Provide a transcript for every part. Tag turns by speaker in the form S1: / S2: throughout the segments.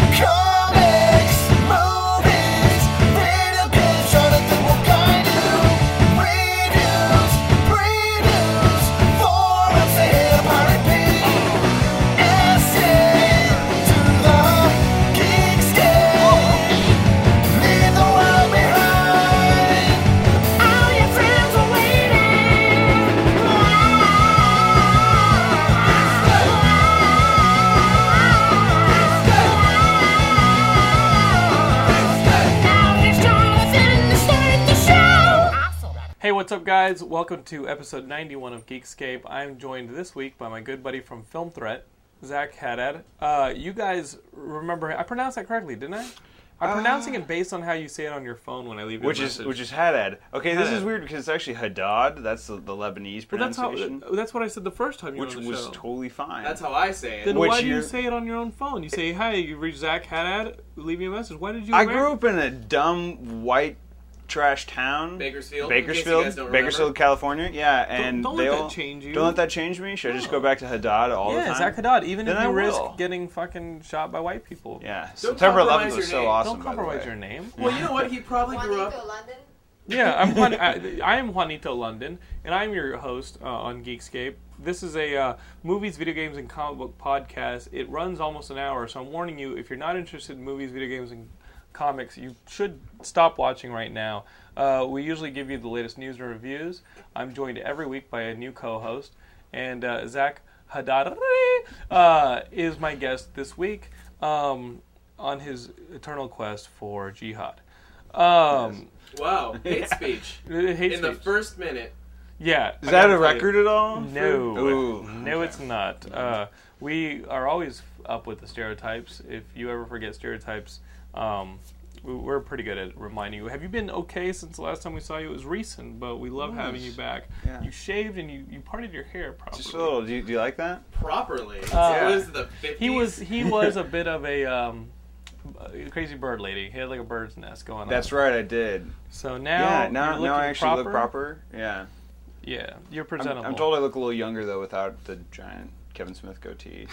S1: Comics, movies, video games, trying to think what kind do. Reviews, previews, forums, they hit a pirate Essay to the geek's Leave the world behind. All your friends are waiting.
S2: Hey, what's up, guys? Welcome to episode 91 of Geekscape. I'm joined this week by my good buddy from Film Threat, Zach Haddad. Uh, you guys remember, I pronounced that correctly, didn't I? I'm pronouncing it based on how you say it on your phone when I leave
S3: Uh,
S2: you a
S3: Which is
S2: message.
S3: which is Haddad. Okay, this is
S2: Haddad.
S3: weird because it's actually Haddad. That's the, the Lebanese
S2: But that's, how, uh,
S3: pronunciation,
S2: that's what I said the first time you
S3: which
S2: were on the
S3: was
S2: show.
S3: totally fine.
S4: That's how I say it.
S2: then
S3: which
S2: why do you
S3: you're-
S2: say it on your own phone? You say, "Hi, you reach Zach Haddad. Leave me a message." Why did you?
S3: I grew up in a dumb white trash town,
S4: Bakersfield, in case you guys don't
S3: Bakersfield, Bakersfield,
S4: remember.
S3: California. Yeah, and
S2: don't
S3: they
S2: let that
S3: all-
S2: change you.
S3: Don't let that change me. Should I just go back to Haddad all the
S2: Yeah,
S3: time?
S2: Zach Haddad. Even
S3: Then
S2: if you
S3: I
S2: risk
S3: will.
S2: getting fucking shot by white people.
S3: Yeah, September 11th was
S4: compromise your
S3: so
S4: name.
S3: awesome. by
S2: Don't
S3: the
S2: compromise
S3: way.
S2: your name.
S4: Well, you know what? He probably grew up.
S2: Yeah, I'm Juan, I, I am Juanito London, and I'm your host uh, on Geekscape. This is a uh, movies, video games, and comic book podcast. It runs almost an hour, so I'm warning you: if you're not interested in movies, video games, and comics, you should stop watching right now. Uh, we usually give you the latest news and reviews. I'm joined every week by a new co-host, and uh, Zach Hadari uh, is my guest this week um, on his eternal quest for jihad. Um,
S4: Wow, hate speech.
S2: it hates
S4: In the
S2: me.
S4: first minute,
S2: Yeah.
S3: Is that
S4: gotta
S3: a
S4: tell you.
S3: record at all?
S2: No.
S3: Ooh.
S2: No, it's not. Uh, we are always up with the stereotypes. If you ever forget stereotypes, um, we- we're pretty good at reminding you. Have you been okay since the last time we saw you? It was recent, but we love having you back.
S3: Yeah.
S2: You shaved and you, you parted your hair properly.
S3: Just a little. Do you, do you like that?
S4: properly. It
S2: Yeah.
S4: was the 50s.
S2: He was he was a bit of a um, a crazy bird lady. He had like a bird's nest going on.
S3: That's right, I did.
S2: So now
S3: yeah, now
S2: you're
S3: now I
S2: looking
S3: actually look proper. Yeah.
S2: Yeah, you're
S3: I'm,
S2: presentable.
S3: I'm told I look a little younger though without the giant Kevin Smith goatee,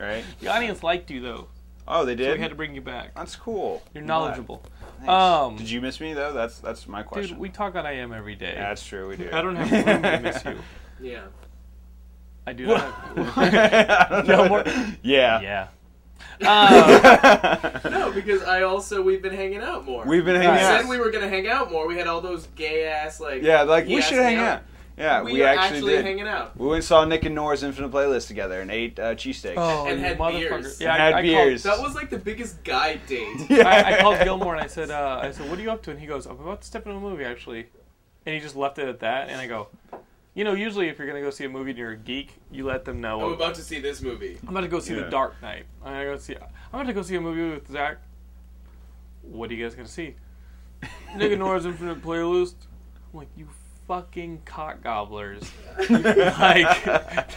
S3: right?
S2: the audience liked you though,
S3: Oh, they did.
S2: so we had to bring you back.
S3: That's cool.
S2: You're
S3: I'm
S2: knowledgeable.
S3: glad. Thanks.
S2: Um,
S3: did you miss me though? That's that's my question.
S2: Dude, we talk on IM every day.
S3: yeah, that's true. We do.
S2: I don't have room to miss you.
S4: Yeah.
S2: I do not. Have,
S3: know.
S2: more-
S3: yeah.
S2: yeah. Um,
S4: No, because I also we've been hanging out more.
S3: We've been
S4: We
S3: hanging out.
S4: said we were gonna hang out more. We had all those gay ass like.
S3: yeah, like we
S4: yes,
S3: should hang
S4: man.
S3: out. Yeah,
S4: We,
S3: we,
S4: were
S3: actually,
S4: actually,
S3: did.
S4: hanging out.
S3: We went and saw Nick and Nora's Infinite Playlist together and ate uh, cheesesteaks.
S4: And
S2: Oh, you
S4: had
S2: motherfucker.
S4: beers.
S2: Yeah,
S3: And
S2: I,
S3: had
S2: I
S3: beers.
S4: That was like the biggest guy date.
S2: Called, I, I called Gilmore and I said, uh, I said, what are you up to? And he goes, I'm about to step into a movie actually, and he just left it at that. And I go, you know, usually if you're gonna go see a movie and you're a geek, you let them know.
S4: I'm about to see this movie.
S2: I'm about to go see The
S3: Yeah.
S2: Dark Knight. I'm gonna go see. I'm about to go see a movie with Zach. What are you guys gonna see? Nick and Nora's Infinite Playlist. I'm like you fucking cock gobblers. like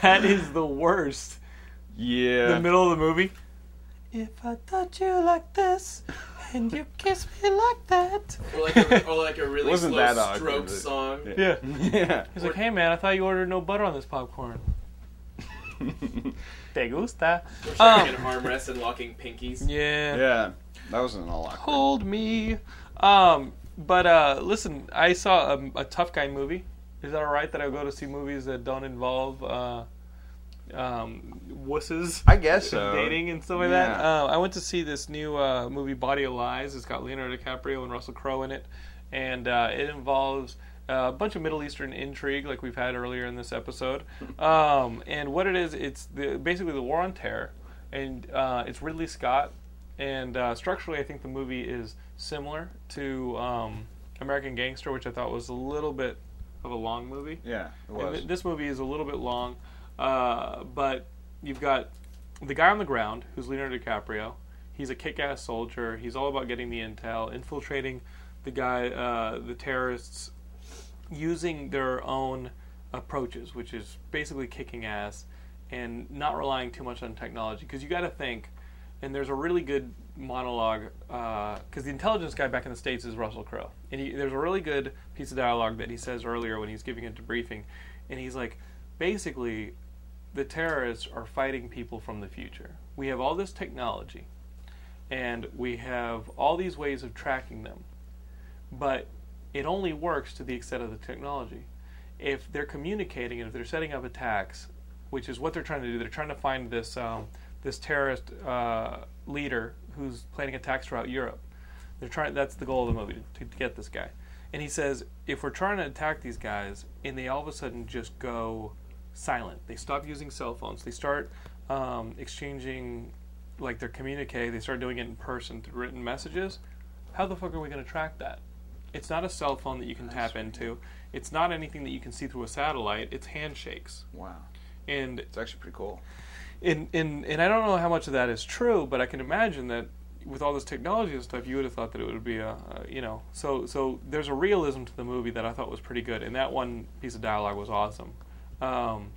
S2: that is the worst.
S3: yeah.
S2: The middle of the movie. If I touch you like this and you kiss me like that.
S4: Or like a, or like a really
S3: Wasn't
S4: slow
S3: that awkward,
S4: stroke
S3: but-
S4: song.
S2: Yeah.
S3: yeah.
S2: He's like, hey man, I thought you ordered no butter on this popcorn. Te gusta. Um,
S4: Or trying to get armrests and locking pinkies.
S2: Yeah.
S3: Yeah. That wasn't all awkward.
S2: Hold me. Um, but uh, listen, I saw a, a Tough Guy movie Is that all right that I go to see movies that don't involve uh, um, wusses?
S3: I guess so.
S2: dating and stuff like that.
S3: Yeah.
S2: Uh, I went to see this new uh, movie, Body of Lies. It's got Leonardo DiCaprio and Russell Crowe in it, and uh, it involves uh, a bunch of Middle Eastern intrigue, like we've had earlier in this episode. Um, and what it is, it's the, basically the War on Terror, and uh, it's Ridley Scott. And uh, structurally, I think the movie is similar to um, American Gangster, which I thought was a little bit of a long movie.
S3: Yeah, it
S2: And
S3: was.
S2: th- this movie is a little bit long, uh, but you've got the guy on the ground who's Leonardo DiCaprio. He's a kick-ass soldier. He's all about getting the intel, infiltrating the guy, uh, the terrorists, using their own approaches, which is basically kicking ass and not relying too much on technology. Because you got to think, and there's a really good monologue because the intelligence guy back in the states is Russell Crowe, and he, there's a really good piece of dialogue that he says earlier when he's giving a debriefing, and he's like, basically, the terrorists are fighting people from the future. We have all this technology, and we have all these ways of tracking them, but it only works to the extent of the technology. If they're communicating and if they're setting up attacks, which is what they're trying to do, they're trying to find this um, this terrorist uh, leader who's planning attacks throughout Europe. They're trying. That's the goal of the movie to, to get this guy. And he says, if we're trying to attack these guys and they all of a sudden just go silent, they stop using cell phones, they start um, exchanging like their communique, they start doing it in person through written messages. How the fuck are we going to track that? It's not a cell phone that you can tap into. It's not anything that you can see through a satellite. It's handshakes.
S3: wow,
S2: And
S3: it's actually pretty cool.
S2: and, and and I don't know how much of that is true, but I can imagine that with all this technology and stuff, you would have thought that it would be a, a you know. So so there's a realism to the movie that I thought was pretty good, and that one piece of dialogue was awesome. Um,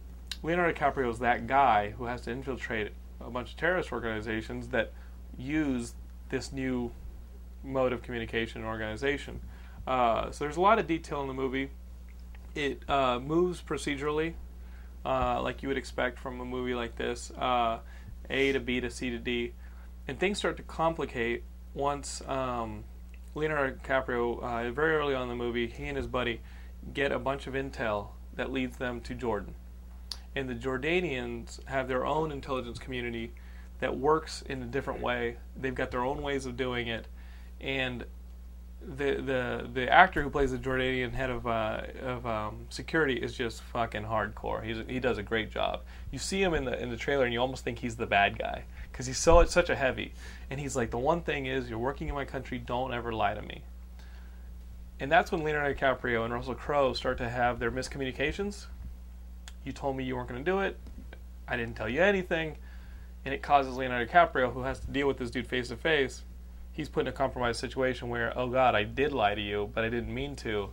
S2: Leonardo DiCaprio is that guy who has to infiltrate a bunch of terrorist organizations that use this new mode of communication and organization. Uh, so there's a lot of detail in the movie. It uh, moves procedurally, uh, like you would expect from a movie like this uh, A to B to C to D. And things start to complicate once um, Leonardo DiCaprio, uh, very early on in the movie, he and his buddy get a bunch of intel that leads them to Jordan. And the Jordanians have their own intelligence community that works in a different way. They've got their own ways of doing it. And the the the actor who plays the Jordanian head of uh, of um, security is just fucking hardcore. He's he does a great job. You see him in the in the trailer, and you almost think he's the bad guy because he's so such a heavy. And he's like, the one thing is, you're working in my country. Don't ever lie to me. And that's when Leonardo DiCaprio and Russell Crowe start to have their miscommunications. You told me you weren't going to do it. I didn't tell you anything, and it causes Leonardo DiCaprio, who has to deal with this dude face to face, he's put in a compromised situation where, oh God, I did lie to you, but I didn't mean to.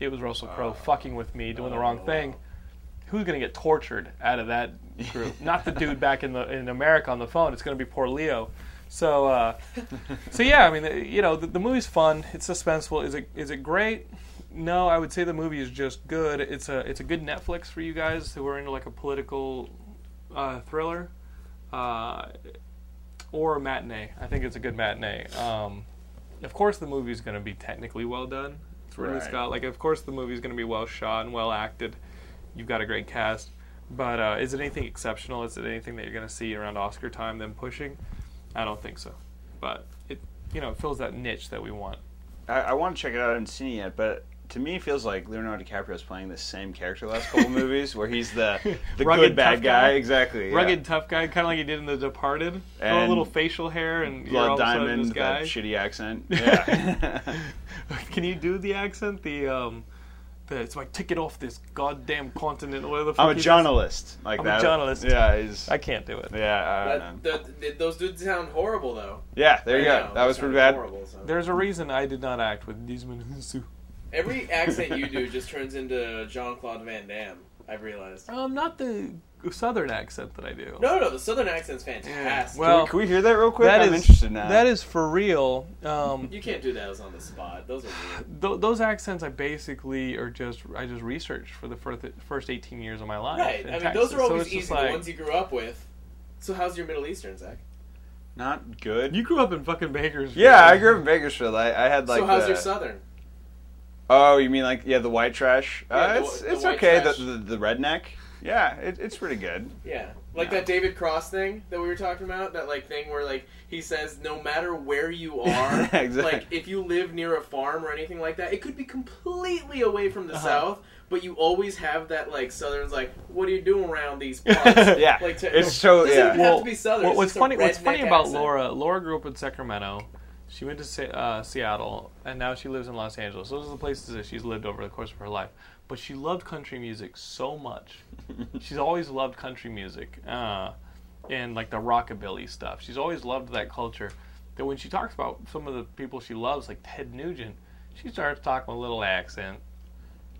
S2: It was Russell Crowe fucking with me, doing the wrong thing. Who's gonna get tortured out of that group? Not the dude back in the in America on the phone. It's gonna be poor Leo. So, uh, so yeah, I mean, uh, you know, the, the movie's fun. It's suspenseful. Is it is it great? No, I would say the movie is just good. It's a it's a good Netflix for you guys who are into like a political uh, thriller. Uh, or a matinee. I think it's a good matinee. Um, of course, the movie's going to be technically well done. It's Ridley
S3: Right.
S2: Scott. Like, of course, the movie's going to be well shot and well acted. You've got a great cast. But uh, is it anything exceptional? Is it anything that you're going to see around Oscar time? Them pushing? I don't think so. But it, you know, it fills that niche that we want.
S3: I, I want to check it out. I haven't seen it yet, but to me, it feels like Leonardo DiCaprio is playing the same character the last couple movies, where he's the the
S2: Rugged,
S3: good bad
S2: tough
S3: guy.
S2: guy.
S3: Exactly. yeah.
S2: Rugged tough guy, kind of like he did in The Departed. And a
S3: And
S2: little facial hair and you're all
S3: Blood
S2: of a sudden
S3: Diamond,
S2: this guy.
S3: that shitty accent. Yeah.
S2: Can you do the accent? The um, the it's like take it off this goddamn continent. Or whatever the fuck
S3: I'm a
S2: he says.
S3: journalist. Like
S2: I'm a
S3: that.
S2: journalist.
S3: Yeah. He's,
S2: I can't do it.
S3: yeah. uh, I don't
S4: That,
S3: know.
S4: th- th- Uh, those dudes sound horrible though.
S3: Yeah. There you
S4: I
S3: go.
S4: know,
S3: That was
S4: they
S3: pretty bad.
S4: sound horrible, so.
S2: There's a reason I did not act with Desmond Husu.
S4: Every accent you do just turns into Jean Claude Van Damme. I've realized.
S2: Um, not the southern accent that I do.
S4: No, no, the southern accent's fantastic.
S2: Well,
S3: Can we hear that real quick?
S2: that
S3: I'm
S2: is-
S3: interested now.
S2: That is for real. Um,
S4: you can't do those on the spot. Those are weird.
S2: th- those accents I basically are just I just researched for the first first 18 years of my life.
S4: Right.
S2: in
S4: I mean,
S2: Texas.
S4: those are always
S2: so it's just
S4: easy.
S2: Like,
S4: The ones you grew up with. So how's your Middle Eastern, Zach?
S3: not good.
S2: you grew up in fucking Bakersfield.
S3: yeah, I grew up in Bakersfield. I, I had like
S4: so how's
S3: the-
S4: your Southern?
S3: Oh, you mean like yeah, the white trash?
S4: Yeah,
S3: uh,
S4: the
S3: it's
S4: wh- the
S3: it's
S4: white
S3: okay.
S4: trash.
S3: The, the the redneck. Yeah, it, it's pretty good.
S4: Yeah, like
S3: Yeah.
S4: that David Cross thing that we were talking about. That like thing where like he says, no matter where you are,
S3: Yeah, exactly.
S4: like if you live near a farm or anything like that, it could be completely away from the
S2: Uh-huh.
S4: South, but you always have that like Southern's like, what are you doing around these parts?
S3: Yeah,
S4: like
S3: it's so-
S4: doesn't
S3: yeah.
S4: even have to be Southern.
S2: What,
S4: it's
S2: what's
S4: just a
S2: funny? What's
S4: redneck
S2: funny about
S4: accent.
S2: Laura? Laura grew up in Sacramento. She went to Se- uh, Seattle, and now she lives in Los Angeles. Those are the places that she's lived over the course of her life. But she loved country music so much. she's always loved country music, uh, and like the rockabilly stuff. She's always loved that culture. That when she talks about some of the people she loves, like Ted Nugent, she starts talking with a little accent.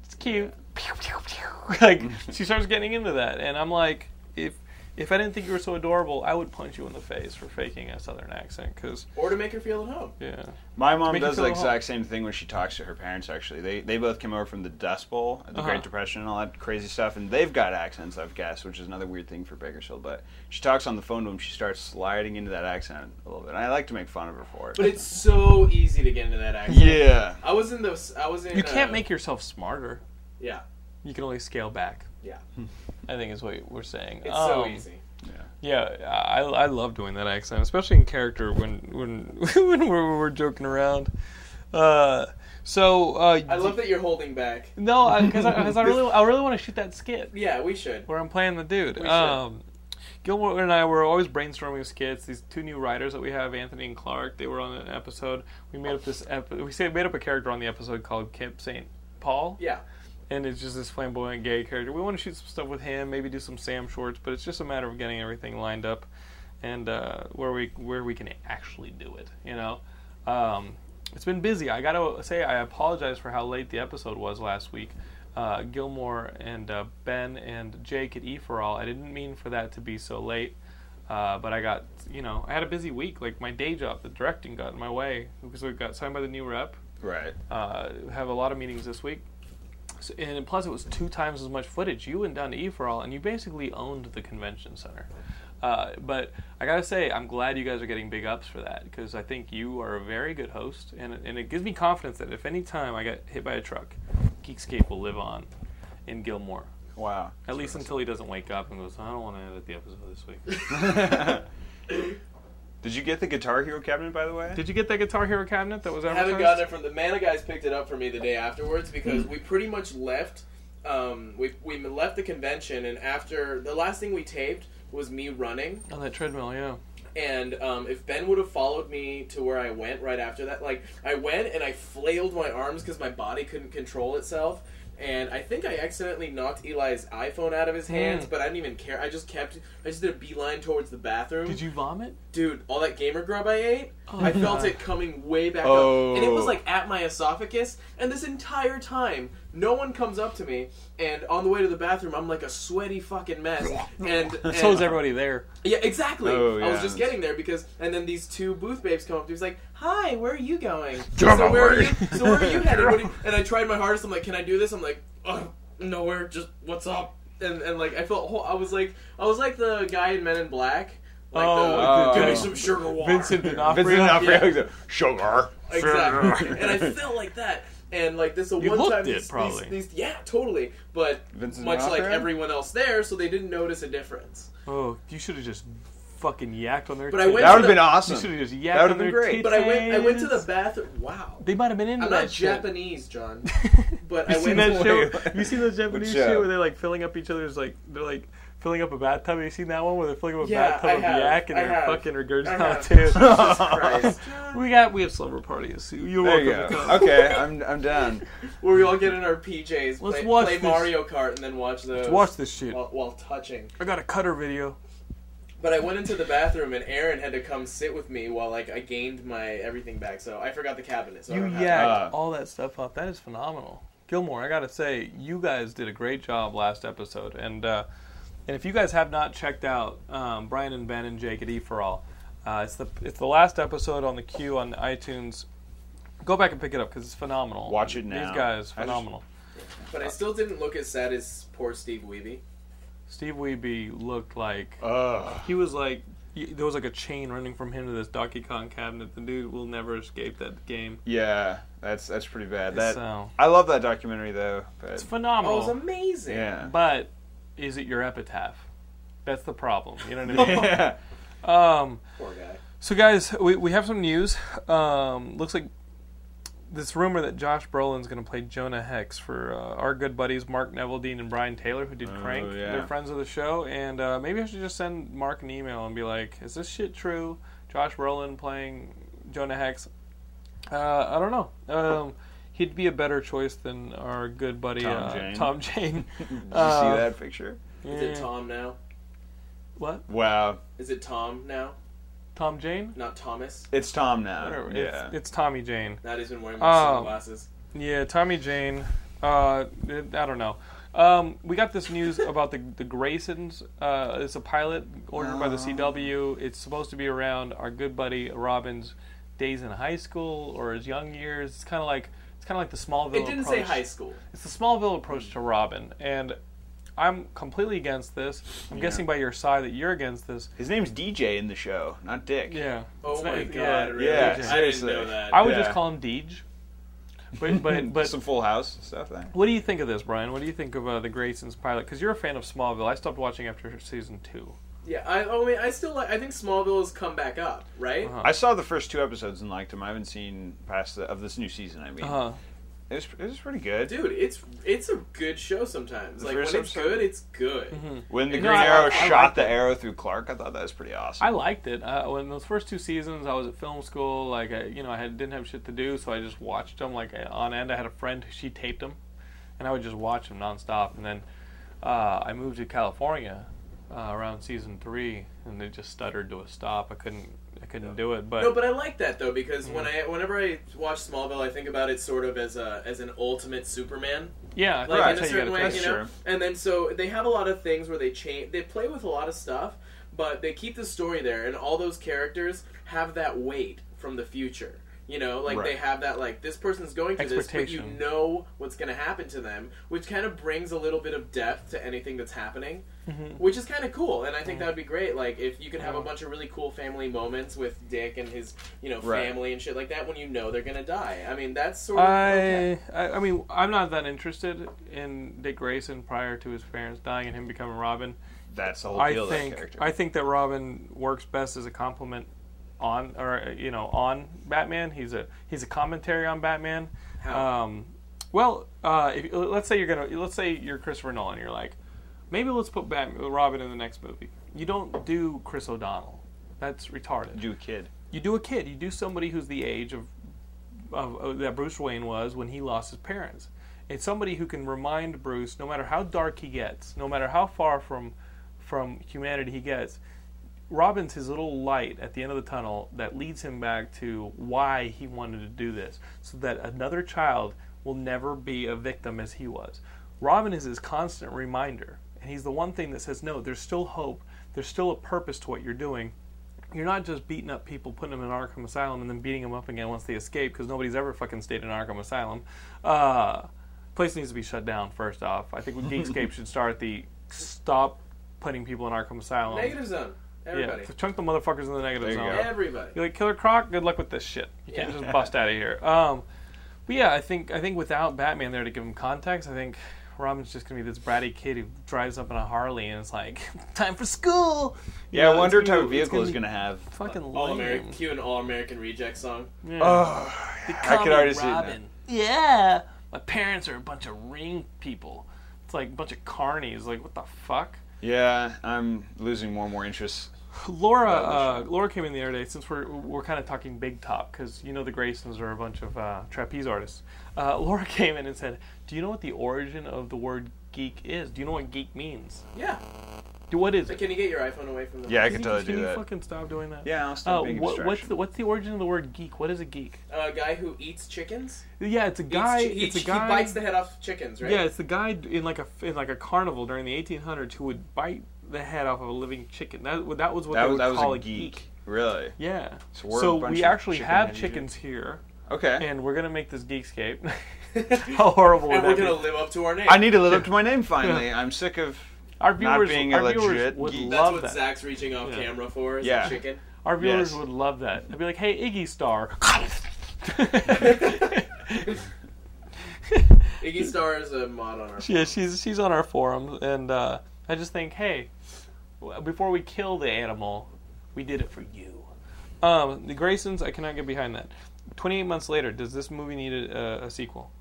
S2: It's cute. Pew, pew, pew. Like
S4: Mm-hmm.
S2: she starts getting into that, and I'm like, if if I didn't think you were so adorable, I would punch you in the face for faking a southern accent. Cause
S4: or to make her feel at home.
S2: yeah,
S3: My mom
S2: make you
S3: does the
S2: feel at home.
S3: exact same thing when she talks to her parents. Actually, they they both came over from the Dust Bowl, the
S2: Uh-huh.
S3: Great Depression, and all that crazy stuff, and they've got accents, I've guessed, which is another weird thing for Bakersfield. But she talks on the phone to them, she starts sliding into that accent a little bit. And I like to make fun of her for it.
S4: But it's so easy to get into that accent.
S3: yeah,
S4: I was in those. I was in.
S2: you can't
S4: uh,
S2: make yourself smarter.
S4: Yeah,
S2: You can only scale back.
S4: yeah.
S2: I think is what we're saying.
S4: It's so
S2: Um,
S4: easy.
S2: Yeah, I, I love doing that accent, especially in character when when when we're, we're joking around. Uh, so uh,
S4: I love that you're holding back.
S2: no, because I, 'cause I really I really want to shoot that skit.
S4: Yeah, we should.
S2: where I'm playing the dude.
S4: should.
S2: Um, Gilmore and I were always brainstorming skits. These two new writers that we have, Anthony and Clark, they were on an episode. We made up this ep- we say made up a character on the episode called Kip Saint Paul.
S4: Yeah.
S2: and it's just this flamboyant gay character. We want to shoot some stuff with him, maybe do some Sam shorts, but it's just a matter of getting everything lined up and uh, where we where we can actually do it. You know. Um, it's been busy. I gotta say, I apologize for how late the episode was last week. Uh, Gilmore and uh, Ben and Jake at E for All. I didn't mean for that to be so late, uh, but I got you know I had a busy week. Like my day job, the directing got in my way because we got signed by the new rep.
S3: right.
S2: Uh, have a lot of meetings this week, so, and plus it was two times as much footage. You went down to E for All, and you basically owned the convention center. Uh, but I gotta say, I'm glad you guys are getting big ups for that because I think you are a very good host, and it- and it gives me confidence that if any time I get hit by a truck, Geekscape will live on in Gilmore.
S3: Wow.
S2: At least until he doesn't wake up and goes, I don't want to edit the episode this week.
S3: Did you get the Guitar Hero cabinet, by the way?
S2: Did you get that Guitar Hero cabinet that was
S4: I
S2: advertised?
S4: haven't gotten it from the Mana guys. Picked it up for me the day afterwards because we pretty much left. Um, we we left the convention, and after the last thing we taped was me running.
S2: On that treadmill, yeah.
S4: And um, if Ben would have followed me to where I went right after that, like I went and I flailed my arms because my body couldn't control itself. And I think I accidentally knocked Eli's iPhone out of his hands,
S2: Hmm.
S4: but I didn't even care. I just kept. I just did a beeline towards the bathroom.
S2: Did you vomit? Oh,
S4: dude, all that gamer grub I ate, I felt it coming way back
S3: Oh.
S4: up. And it was like at my esophagus. And this entire time, no one comes up to me. And on the way to the bathroom, I'm like a sweaty fucking mess. And, and
S2: So is everybody there.
S4: Yeah, exactly.
S3: Oh,
S4: I
S3: yeah.
S4: was just getting there because, and then these two booth babes come up to me. He's like, "Hi, where are you going?
S3: Get
S4: so where are
S3: away."
S4: you? So where are you headed?" What do you-" and I tried my hardest. I'm like, "Can I do this?" I'm like, "Ugh, nowhere. Just what's up?" And and like I felt, whole, I was like, I was like the guy in Men in Black. Like
S2: Oh,
S4: the,
S3: the- uh,
S4: give me some sugar water.
S2: Vincent D'Onofrio.
S3: Vincent D'Onofrio,
S4: Yeah.
S3: he's like, Sugar.
S4: Exactly. and I felt like that. And like this, a
S2: You
S4: one time,
S2: looked it,
S4: these- these-
S2: probably.
S4: These, yeah, totally. But
S3: Vincent
S4: much like
S3: D'Onofrio?
S4: everyone else there, so they didn't notice a difference.
S2: Oh, you should have just fucking yacked on their.
S4: But I
S2: tits.
S4: went
S3: That would
S4: to
S3: have been
S4: the-
S3: awesome.
S2: You should have just yacked
S3: That would
S2: on
S3: have been
S2: their
S3: great.
S4: But I went, I went to the
S2: tits.
S4: bathroom. Wow.
S2: They might have been into
S4: I'm
S2: that
S4: not
S2: shit.
S4: Japanese, John. But
S2: You
S4: I
S2: seen
S4: went
S2: that
S4: to
S2: show?
S3: Wait, what?
S2: You seen that Japanese
S3: Which
S2: shit
S3: show?
S2: where they're like filling up each other's like they're like filling up a bathtub? Have you seen that one where they're filling up a
S4: Yeah,
S2: bathtub
S4: I
S2: of
S4: have.
S2: yak and
S4: I
S2: they're
S4: have.
S2: fucking
S4: I
S2: regurgitating
S4: have.
S2: too?
S4: Christ.
S2: we got we have slumber parties.
S3: There
S2: You're welcome
S3: you
S2: to
S3: go.
S2: come.
S3: Okay, I'm I'm down.
S4: Where we all get in our PJs, play,
S2: watch
S4: play
S2: this.
S4: Mario Kart, and then watch those.
S2: Let's watch this shit.
S4: While, while touching.
S2: I got a cutter video.
S4: But I went into the bathroom, and Aaron had to come sit with me while like I gained my everything back. So I forgot the cabinet. So I
S2: You
S4: don't have that.
S2: yacked
S3: Ah.
S2: all that stuff up. That is phenomenal. Gilmore, I gotta say, you guys did a great job last episode, and uh, and if you guys have not checked out um, Brian and Ben and Jake at E for All, uh, it's the it's the last episode on the queue on iTunes. Go back and pick it up because it's phenomenal.
S3: Watch it now.
S2: These guys,
S3: I just-
S2: phenomenal.
S4: But I still didn't look as sad as poor Steve Weeby.
S2: Steve Weeby looked like
S3: Ugh.
S2: he was like y- there was like a chain running from him to this Donkey Kong cabinet. The dude will never escape that game.
S3: Yeah, that's that's pretty bad. That
S2: So-
S3: I love that documentary though. But
S2: It's
S4: Oh,
S2: phenomenal.
S4: it was amazing.
S3: yeah,
S2: But is it your epitaph? That's the problem. You know what I mean?
S3: yeah,
S4: Poor guy.
S2: Um, So, guys, we, we have some news. Um, looks like this rumor that Josh Brolin's going to play Jonah Hex for uh, our good buddies Mark Neville Dean and Brian Taylor, who did Crank.
S3: Oh, yeah.
S2: They're friends of the show. And uh, maybe I should just send Mark an email and be like, is this shit true? Josh Brolin playing Jonah Hex? Uh, I don't know. Um, he'd be a better choice than our good buddy
S3: Tom
S2: uh,
S3: Jane.
S2: Tom Jane.
S3: Did
S2: Uh,
S3: you see that picture?
S4: Is it Tom now?
S2: what?
S3: Wow,
S4: Is it Tom now?
S2: Tom Jane?
S4: Not Thomas.
S3: it's Tom now.
S2: Whatever.
S3: Yeah,
S2: It's, it's Tommy Jane.
S4: Now he's been wearing
S2: Oh.
S4: my sunglasses.
S2: Yeah, Tommy Jane. Uh, it- I don't know. Um, we got this news about the the Graysons. Uh, it's a pilot ordered by the
S3: Oh.
S2: CW. It's supposed to be around our good buddy Robin's days in high school or his young years. It's kind of like it's kind of like the Smallville.
S4: It didn't say
S2: approach.
S4: high school.
S2: It's the Smallville approach to Robin, and I'm completely against this. I'm guessing by your side that you're against this.
S3: his name's DJ in the show, not Dick.
S2: Yeah.
S4: Oh
S2: It's
S4: my
S2: not-
S4: god,
S2: yeah.
S4: really?
S3: yeah,
S4: I didn't
S3: seriously.
S4: know that.
S2: I would just
S3: Yeah.
S2: call him Deej. But but but
S3: some Full House stuff eh? then.
S2: What do you think of this, Brian? What do you think of uh, the Grayson's pilot? Because you're a fan of Smallville. I stopped watching after season two.
S4: yeah, I, oh, I mean, I still like. I think Smallville has come back up, right?
S2: Uh-huh.
S3: I saw the first two episodes and liked them. I haven't seen past the, of this new season. I mean,
S2: Uh,
S3: it was it was pretty good.
S4: Dude, it's it's a good show sometimes. like when
S3: first
S4: it's
S3: episode-
S4: good, it's good.
S2: Mm-hmm.
S3: When the
S2: No,
S3: Green
S2: I-
S3: Arrow
S2: I- I
S3: shot
S2: liked
S3: the
S2: it.
S3: arrow through Clark, I thought that was pretty awesome.
S2: I liked it. Uh, when those first two seasons, I was at film school. Like, I, you know, I had, didn't have shit to do, so I just watched them like uh, on end. I had a friend who she taped them, and I would just watch them nonstop. And then uh, I moved to California uh, around season three, and they just stuttered to a stop. I couldn't, I couldn't do it. But Mm.
S4: No, but I like that though because when I whenever I watch Smallville, I think about it sort of as a as an ultimate Superman.
S2: yeah, I think
S4: like in a
S2: that's how you
S4: certain
S2: gotta
S4: way,
S2: take
S3: that's
S2: it.
S4: you know.
S3: true.
S4: And then so they have a lot of things where they change, they play with a lot of stuff, but they keep the story there, and all those characters have that weight from the future. You know, like they
S3: Right.
S4: have that like this person's going to this, but you
S2: Expectation.
S4: know what's going to happen to them, which kind of brings a little bit of depth to anything that's happening,
S2: Mm-hmm.
S4: which is kind of cool. And I think that would be great, like if you could have a bunch of really cool family moments with Dick and his, you know,
S3: Right.
S4: family and shit like that when you know they're going to die. I mean, that's sort of okay.
S2: I, I I mean I'm not that interested in Dick Grayson prior to his parents dying and him becoming Robin.
S3: That's the whole
S2: I
S3: deal. of that
S2: think
S3: character.
S2: I think that Robin works best as a compliment on or uh, you know on Batman. He's a he's a commentary on Batman.
S4: How?
S2: Um, well, uh, if, let's say you're gonna let's say you're Christopher Nolan. You're like maybe let's put Batman, Robin in the next movie. You don't do Chris O'Donnell. That's retarded
S3: do a kid.
S2: you do a kid you do somebody who's the age of, of, of that bruce wayne was when he lost his parents it's somebody who can remind bruce no matter how dark he gets no matter how far from from humanity he gets robin's his little light at the end of the tunnel that leads him back to why he wanted to do this so that another child will never be a victim as he was robin is his constant reminder and he's the one thing that says no there's still hope there's still a purpose to what you're doing you're not just beating up people, putting them in Arkham Asylum, and then beating them up again once they escape, because nobody's ever fucking stayed in Arkham Asylum. Uh, place needs to be shut down, first off. I think Geekscape should start the stop putting people in Arkham Asylum.
S4: Negative zone. Everybody.
S2: Yeah, chunk the motherfuckers in the negative
S3: There
S2: zone.
S3: you go.
S4: Everybody.
S2: You're like Killer Croc. Good luck with this shit. You can't
S4: Yeah.
S2: just bust out of here. Um, but yeah, I think I think without Batman there to give him context, I think Robin's just gonna be this bratty kid who drives up in a Harley and it's like time for school. You
S3: Yeah,
S2: know,
S3: I wonder what
S2: it's
S3: type
S2: gonna
S3: of
S2: be- it's
S3: vehicle he's
S2: gonna
S3: gonna have.
S2: be fucking
S4: All
S2: lame.
S4: American, cue an All American Reject song.
S3: I could already see it now.
S2: Yeah. My parents are a bunch of ring people. It's like a bunch of carnies. Like what the fuck?
S3: Yeah, I'm losing more and more interest.
S2: Laura, uh, Laura came in the other day. Since we're we're kind of talking big top, because you know the Graysons are a bunch of uh, trapeze artists. Uh, Laura came in and said, "Do you know what the origin of the word geek is? Do you know what geek means?
S4: Yeah.
S2: Do what is
S4: But
S2: it?
S4: can you get your iPhone away from the?
S3: Yeah, I could
S2: Can
S3: totally
S2: you
S3: do that.
S2: fucking stop doing that?
S3: Yeah, I'll stop
S2: Uh,
S3: being a
S2: what- what's
S3: distraction.
S2: the what's the origin of the word geek? What is a geek?
S4: A guy who eats chickens.
S2: Yeah, it's a
S4: Eats
S2: guy.
S4: chi-
S2: it's
S4: he,
S2: a guy.
S4: He bites the head off chickens, right?
S2: Yeah, it's the guy d- in like a in like a carnival during the 1800s who would bite the head off of a living chicken. That that was what
S3: That
S2: they
S3: was
S2: would
S3: that was
S2: call
S3: a geek. Really?
S2: Yeah.
S3: So we're a
S2: So
S3: bunch
S2: we
S3: of
S2: actually
S3: chicken
S2: have
S3: ninjas.
S2: chickens here,
S3: Okay.
S2: and we're gonna make this Geekscape. How horrible would
S4: And we're
S2: that
S4: gonna
S2: be?
S4: live up to our name.
S3: I need to live up to my name finally. I'm sick of
S2: Our
S3: not
S2: viewers,
S3: being
S2: our
S3: a
S2: viewers
S3: legit
S2: would
S3: geek.
S4: That's
S2: love
S4: what
S2: that.
S4: Zach's reaching off
S2: Yeah.
S4: camera for. Is
S3: Yeah.
S4: the chicken.
S2: Our viewers
S3: Yes.
S2: would love that. They'd be like, "Hey, Iggy Star."
S4: Iggy Star is a mod on our.
S2: yeah, she's she's on our forums, and uh, I just think, hey, w- before we kill the animal, we did it for you. Um, the Graysons, I cannot get behind that. Twenty-eight months later, does this movie need a, a, a sequel?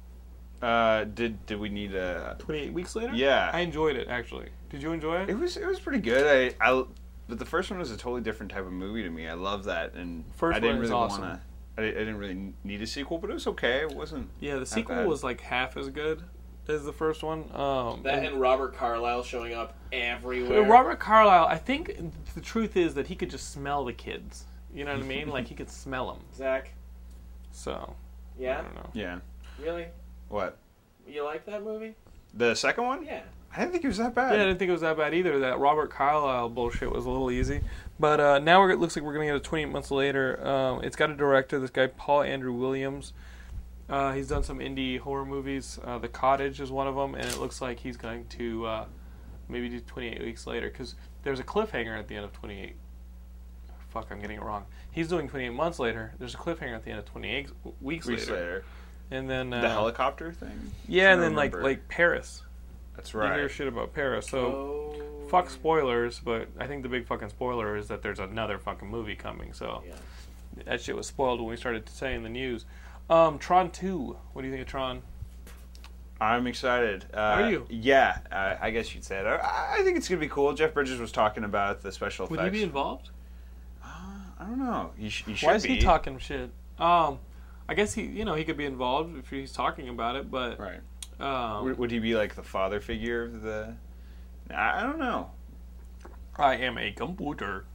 S3: Uh, did did we need a?
S2: Twenty-eight weeks later.
S3: Yeah.
S2: I enjoyed it actually. Did you enjoy
S3: It
S2: it?
S3: was it was pretty good. I I but the first one was a totally different type of movie to me. I love that, and
S2: First
S3: I didn't
S2: one is
S3: really
S2: awesome.
S3: wanna. I, di- I didn't really need a sequel, but it was okay. It wasn't.
S2: Yeah, the
S3: not
S2: sequel
S3: bad.
S2: was like half as good as the first one. Um,
S4: That
S2: and-
S4: and Robert Carlyle showing up everywhere.
S2: But Robert Carlyle, I think the truth is that he could just smell the kids. You know what I mean? like he could smell them.
S4: Zach.
S2: So I
S4: Yeah.
S2: don't know.
S3: Yeah.
S4: Really?
S3: What?
S4: You like that movie?
S3: The second one?
S4: Yeah.
S3: I didn't think it was that bad.
S2: Yeah, I didn't think it was that bad either. That Robert Carlyle bullshit was a little easy. But uh, now we're, it looks like we're going to get a 28 months later. Um, it's got a director, this guy Paul Andrew Williams. Uh, he's done some indie horror movies. Uh, the Cottage is one of them, and it looks like he's going to uh, maybe do 28 weeks later because there's a cliffhanger at the end of 28. Fuck, I'm getting it wrong. He's doing 28 months later. There's a cliffhanger at the end of 28 weeks
S3: Weeks
S2: later,
S3: later.
S2: and then uh,
S3: The helicopter thing.
S2: yeah, and
S3: I
S2: then like
S3: remember.
S2: like Paris.
S3: That's
S2: You hear
S3: right.
S2: shit about Paris, so.
S4: Oh.
S2: Fuck spoilers, but I think the big fucking spoiler is that there's another fucking movie coming. So
S4: Yeah.
S2: that shit was spoiled when we started saying the news. Um, Tron Two. What do you think of Tron?
S3: I'm excited. Uh,
S2: Are you?
S3: Yeah, uh, I guess you'd say it. I, I think it's gonna be cool. Jeff Bridges was talking about the special
S2: Would you
S3: effects.
S2: be involved?
S3: I don't know. You, sh- you should
S2: Why is
S3: be.
S2: he talking shit? Um, I guess he, you know, he could be involved if he's talking about it, but
S3: Right.
S2: um,
S3: Would, would he be like the father figure of the? I, I don't know.
S2: I am a computer.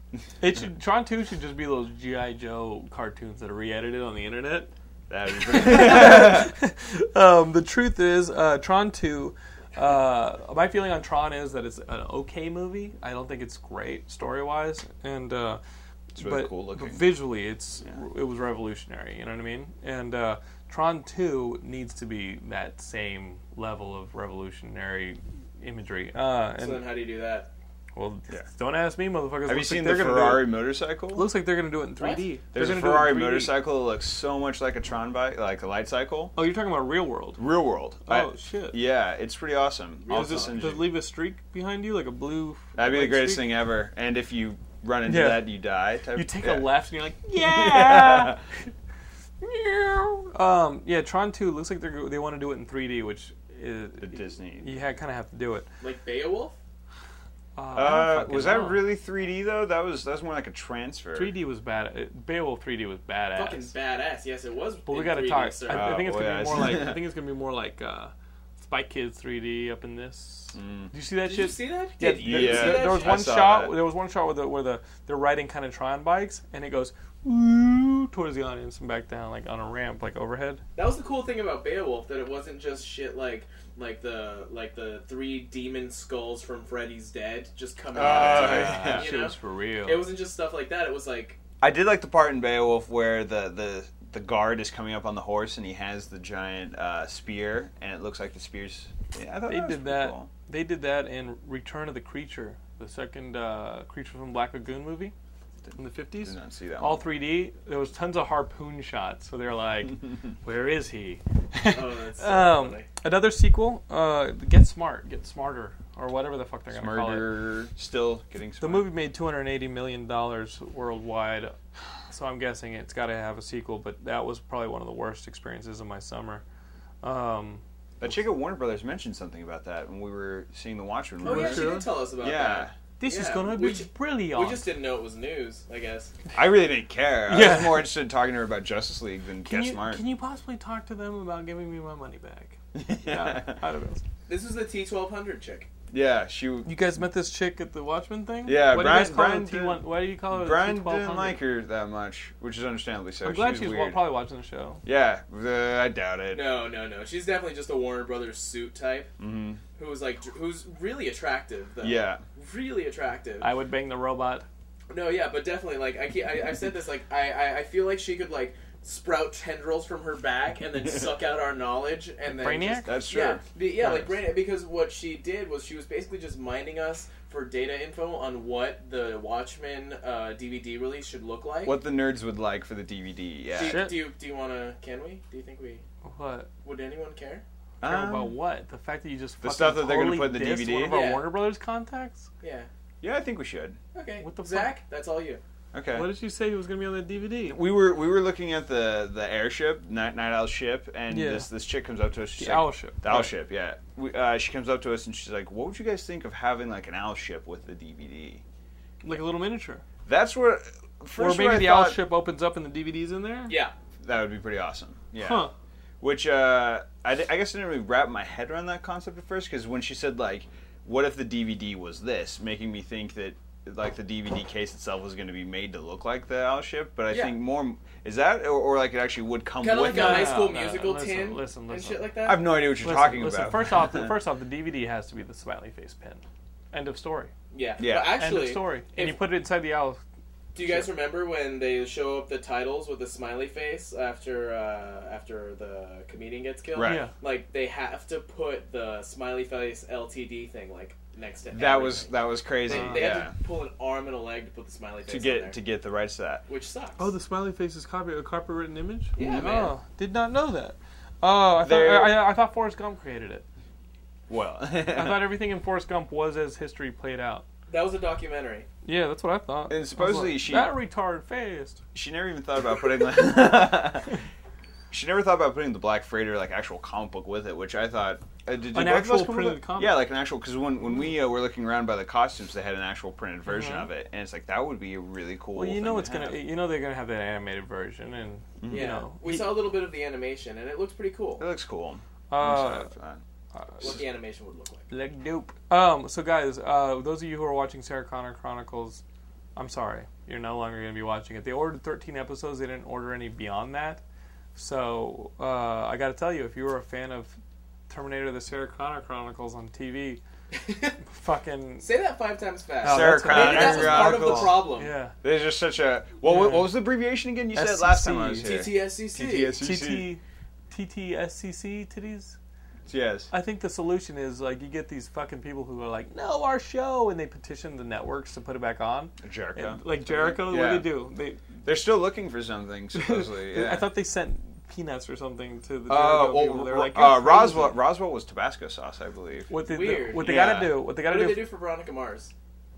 S2: It should Tron Two should just be those GI Joe cartoons that are re-edited on the internet.
S3: That'd be pretty.
S2: Um, the truth is, uh, Tron 2. Uh, my feeling on Tron is that it's an okay movie. I don't think it's great story wise, and uh, it's
S3: really
S2: but,
S3: cool looking.
S2: but visually, it's it was revolutionary. You know what I mean? And uh, Tron 2 needs to be that same level of revolutionary imagery. Uh, and
S4: So then, how do you do that?
S2: well, don't ask me, motherfuckers.
S3: Have you
S2: Looks like
S3: seen
S2: they're
S3: the
S2: gonna do it-
S3: Ferrari motorcycle?
S2: Looks like they're gonna do it in 3D.
S3: There's
S2: They're
S3: a
S2: gonna do it in
S3: Ferrari
S2: 3D.
S3: motorcycle that looks so much like a Tron bike, like a light cycle.
S2: Oh, you're talking about real world.
S3: Real world.
S2: Oh, shit.
S3: Yeah, it's pretty awesome. All
S2: Does this
S3: engine.
S2: does it leave a streak behind you, like a blue?
S3: That'd be the
S2: like,
S3: greatest
S2: streak?
S3: thing ever. And if you run into
S2: Yeah.
S3: that, you die. Type,
S2: You take
S3: yeah.
S2: a left and you're like, yeah. um, yeah, Tron 2 looks like they are they want to do it in 3D, which is,
S3: The Disney.
S2: you ha- kind of have to do it.
S4: Like Beowulf?
S2: Uh, I don't
S3: Uh,
S2: fucking
S3: was that
S2: know.
S3: really 3D though? That was that was more like a transfer.
S2: 3D was bad. it- Beowulf 3D was badass.
S4: Fucking badass. Yes, it was.
S2: but we
S4: in
S2: gotta
S4: 3D,
S2: talk.
S4: sir.
S2: I, I think it's
S3: Oh,
S2: gonna
S3: yeah,
S2: be
S3: I
S2: more
S3: see.
S2: like I think it's gonna be more like uh, Spy Kids 3D up in this. Do you see
S4: Mm.
S2: that
S4: Did
S2: shit?
S4: you see that?
S2: Yeah,
S4: Did you
S2: there,
S3: Yeah.
S4: see
S2: there-
S4: that
S2: there was
S4: shit?
S3: I
S2: one
S3: saw
S2: shot.
S3: that.
S2: There was one shot where the, where the they're riding kind of Tron bikes, and it goes "Ooh," towards the audience and back down like on a ramp, like overhead.
S4: That was the cool thing about Beowulf that it wasn't just shit like like the like the three demon skulls from Freddy's Dead just coming out. Of
S3: Oh,
S4: the
S3: yeah.
S4: ground, you
S2: Shit
S4: know?
S2: was for real.
S4: It wasn't just stuff like that. It was like
S3: I did like the part in Beowulf where the the the guard is coming up on the horse and he has the giant uh, spear and it looks like the spears. Yeah, I thought
S2: they
S3: that was pretty
S2: did that.
S3: cool.
S2: They did that in Return of the Creature, the second uh, creature from Black Lagoon movie in the fifties.
S3: Did not see that.
S2: All
S3: one.
S2: 3D. There was tons of harpoon shots, so they're like, "Where is he?"
S4: oh that's so
S2: Um,
S4: funny.
S2: another sequel, uh, Get Smart, Get Smarter, or whatever the fuck they're gonna call it.
S3: Murder still getting
S2: The movie made 280 million dollars worldwide, so I'm guessing it's got to have a sequel. But that was probably one of the worst experiences of my summer. Um,
S3: That chick at Warner Brothers mentioned something about that when we were seeing the Watchmen.
S4: Oh yeah,
S3: remember?
S4: she did tell us about
S3: yeah.
S2: this is
S4: Yeah,
S2: gonna
S4: we
S2: be
S4: ju-
S2: brilliant.
S4: that. We just didn't know it was news. I guess.
S3: I really didn't care. I
S2: Yeah.
S3: was more interested in talking to her about Justice League than
S2: can
S3: Get
S2: you,
S3: Smart.
S2: can you possibly talk to them about giving me my money back? yeah, I don't know.
S4: This was the T twelve hundred chick.
S3: yeah, she.
S2: You guys met this chick at the Watchmen thing?
S3: Yeah,
S2: Why
S3: Brian-
S2: do you guys call
S3: Brian
S2: it T1?
S3: didn't-
S2: Why do you call it
S3: Brian
S2: T1200?
S3: didn't like her that much, which is understandably so.
S2: I'm glad
S3: was
S2: she's wa-
S3: weird.
S2: probably watching the show.
S3: Yeah, uh, I doubt it.
S4: No, no, no. She's definitely just a Warner Brothers suit type. Mm-hmm. Who was like dr- who's really attractive though.
S3: Yeah,
S4: Really attractive.
S2: I would bang the robot.
S4: No, yeah, but definitely, like I, ke- I, I said this, like I, I, I feel like she could like sprout tendrils from her back and then suck out our knowledge and then
S2: Brainiac?
S4: just-
S3: That's
S4: yeah,
S3: true.
S4: be- yeah, like
S3: Nice.
S4: Brainiac because what she did was she was basically just mining us for data info on what the Watchmen uh, DVD release should look like.
S3: What the nerds would like for the DVD. Yeah.
S4: do, you,
S2: Shit.
S4: do you do you want to? Can we? Do you think we?
S2: What?
S4: Would anyone care?
S2: Care
S3: Um,
S2: about what? The fact that you just
S3: the
S2: fucking
S3: stuff that they're gonna
S2: totally
S3: put in the
S2: dissed
S3: DVD?
S2: One of our
S4: Yeah.
S2: Warner Brothers contacts.
S4: Yeah.
S3: yeah, I think we should.
S4: Okay.
S2: What the
S4: Zach? That's all you.
S3: Okay.
S2: What did you say was gonna be on the DVD?
S3: we were we were looking at the the airship, night night owl ship, and
S2: Yeah.
S3: this this chick comes up to us. She's
S2: The
S3: like-
S2: owl ship.
S3: The owl
S2: Right.
S3: ship, yeah. We, uh, she comes up to us and she's like, "What would you guys think of having like an owl ship with the DVD?"
S2: Like a little miniature,
S3: That's where
S2: or
S3: first
S2: maybe
S3: what I
S2: the owl
S3: thought-
S2: ship opens up and the DVD's in there.
S4: Yeah.
S3: That would be pretty awesome. Yeah.
S2: Huh.
S3: Which uh, I, di- I guess I didn't really wrap my head around that concept at first because when she said like, "What if the DVD was this?" making me think that like the DVD case itself was going to be made to look like the owl ship, but I
S4: Yeah.
S3: think more is that or, or like it actually would come
S4: Kind of
S3: with
S4: like a
S3: it.
S4: high
S2: no,
S4: school
S2: no,
S4: musical
S2: listen,
S4: tin
S2: listen,
S4: and
S2: listen.
S4: shit like that.
S3: I have no idea what you're
S2: Listen,
S3: talking
S2: listen,
S3: about.
S2: First off, the, first off, the DVD has to be the smiley face pin. End of story.
S4: yeah.
S3: Yeah.
S4: But
S2: End
S4: actually,
S2: of story.
S4: if-
S2: And you put it inside the owl.
S4: Do you guys remember when they show up the titles with a smiley face after uh, after the comedian gets killed?
S3: Right.
S2: Yeah.
S4: Like they have to put the smiley face LTD thing like next to
S3: that
S4: everything.
S3: was that was crazy.
S4: they
S3: yeah.
S4: had to pull an arm and a leg to put the smiley face
S3: to
S4: on there,
S3: get to get the rights to that.
S4: which sucks.
S2: Oh, the smiley face is copy a copywritten image.
S4: Yeah, man.
S2: Oh, did not know that. Oh, I thought,
S3: There-
S2: I, I- I thought Forrest Gump created it.
S3: Well,
S2: I thought everything in Forrest Gump was as history played out.
S4: that was a documentary.
S2: Yeah, that's what I thought.
S3: And
S2: I was
S3: supposedly
S2: like,
S3: she-
S2: that retard faced.
S3: she never even thought about putting. Like, she never thought about putting the Black Freighter like actual comic book with it, which I thought. Uh, did, did
S2: An
S3: both of
S2: actual
S3: us come up with
S2: printed
S3: that?
S2: comic.
S3: Yeah, like an actual because when when we uh, were looking around by the costumes, they had an actual printed version
S2: Mm-hmm.
S3: of it, and it's like that would be a really cool.
S2: Well, you
S3: thing
S2: know
S3: to
S2: it's gonna.
S3: have.
S2: You know they're gonna have that animated version, and
S4: Yeah.
S3: Mm-hmm.
S2: you know
S4: we
S2: he-
S4: saw a little bit of the animation and it looks pretty cool.
S3: It looks cool.
S2: Uh,
S4: What the animation would look like.
S2: Leg dope. Um, so guys, uh, those of you who are watching Sarah Connor Chronicles, I'm sorry, you're no longer going to be watching it. They ordered 13 episodes. They didn't order any beyond that. So uh, I got to tell you, if you were a fan of Terminator: The Sarah Connor Chronicles on TV, fucking
S4: Say that five times fast.
S2: Oh,
S3: Sarah
S2: that's what-
S3: Connor
S4: Maybe that was part of the
S3: Chronicles.
S4: problem.
S2: yeah,
S3: There's just such a. Well, what,
S2: Yeah.
S3: what was the abbreviation again? You said last time I was here.
S2: E
S4: TTSCC.
S3: TTSCC.
S2: TT, TTSCC titties.
S3: Yes.
S2: I think the solution is like you get these fucking people who are like, no, our show, and they petition the networks to put it back on.
S3: Jericho.
S2: And, like Jericho,
S3: Yeah.
S2: what do they do? They
S3: They're still looking for something supposedly. Yeah.
S2: I thought they sent peanuts or something to the
S3: Uh,
S2: Jericho people.
S3: well,
S2: They were like,
S3: uh,
S2: "You're crazy."
S3: Roswell, Roswell was Tabasco sauce, I believe.
S2: What they,
S4: Weird.
S2: what they
S3: Yeah.
S2: gotta do? What they
S4: What
S2: gotta
S4: did
S2: do?
S4: they do for Veronica Mars?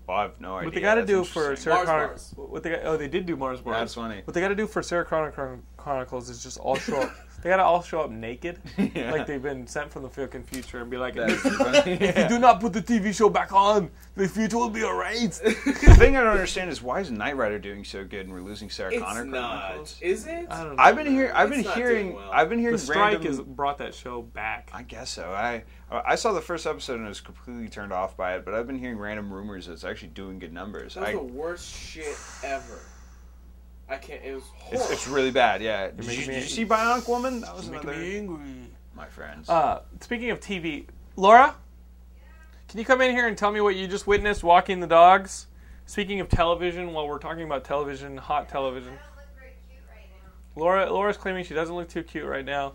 S3: Well, I have no idea.
S2: what they gotta
S3: That's
S2: do for
S3: interesting.
S2: Sarah
S4: Mars
S2: Connor?
S4: bars.
S2: What they got, oh, they did do Mars Bars.
S3: That's funny.
S2: What they gotta do for Sarah Connor Chron- Chronicles is just all show up. they gotta all show up naked,
S3: Yeah.
S2: like they've been sent from the fucking future, and be like,
S3: That's
S2: "If
S3: funny.
S2: you do not put the TV show back on, the future will be erased."
S3: The thing I don't understand is why is Knight Rider doing so good and we're losing Sarah
S4: It's
S3: Connor
S4: not.
S3: Chronicles?
S4: Is it?
S2: I don't know.
S3: I've been hearing. I've
S4: It's
S3: been
S4: not
S3: hearing.
S4: doing well.
S3: I've been hearing
S2: the strike
S3: random-
S2: has brought that show back.
S3: I guess so. I I saw the first episode and I was completely turned off by it, but I've been hearing random rumors that it's actually doing good numbers.
S4: That was
S3: I,
S4: the worst shit ever. I can't. It was
S3: it's,
S4: horrible.
S3: it's really bad. Yeah. Did
S2: making
S3: you,
S2: me-
S3: did you see Bionic Woman? That was
S2: Making
S3: another.
S2: me angry.
S3: My friends.
S2: Uh, speaking of TV, Laura, can you come in here and tell me what you just witnessed walking the dogs? Speaking of television, while we're talking about television, hot television,
S5: I don't look very cute right now.
S2: Laura Lara's claiming she doesn't look too cute right now.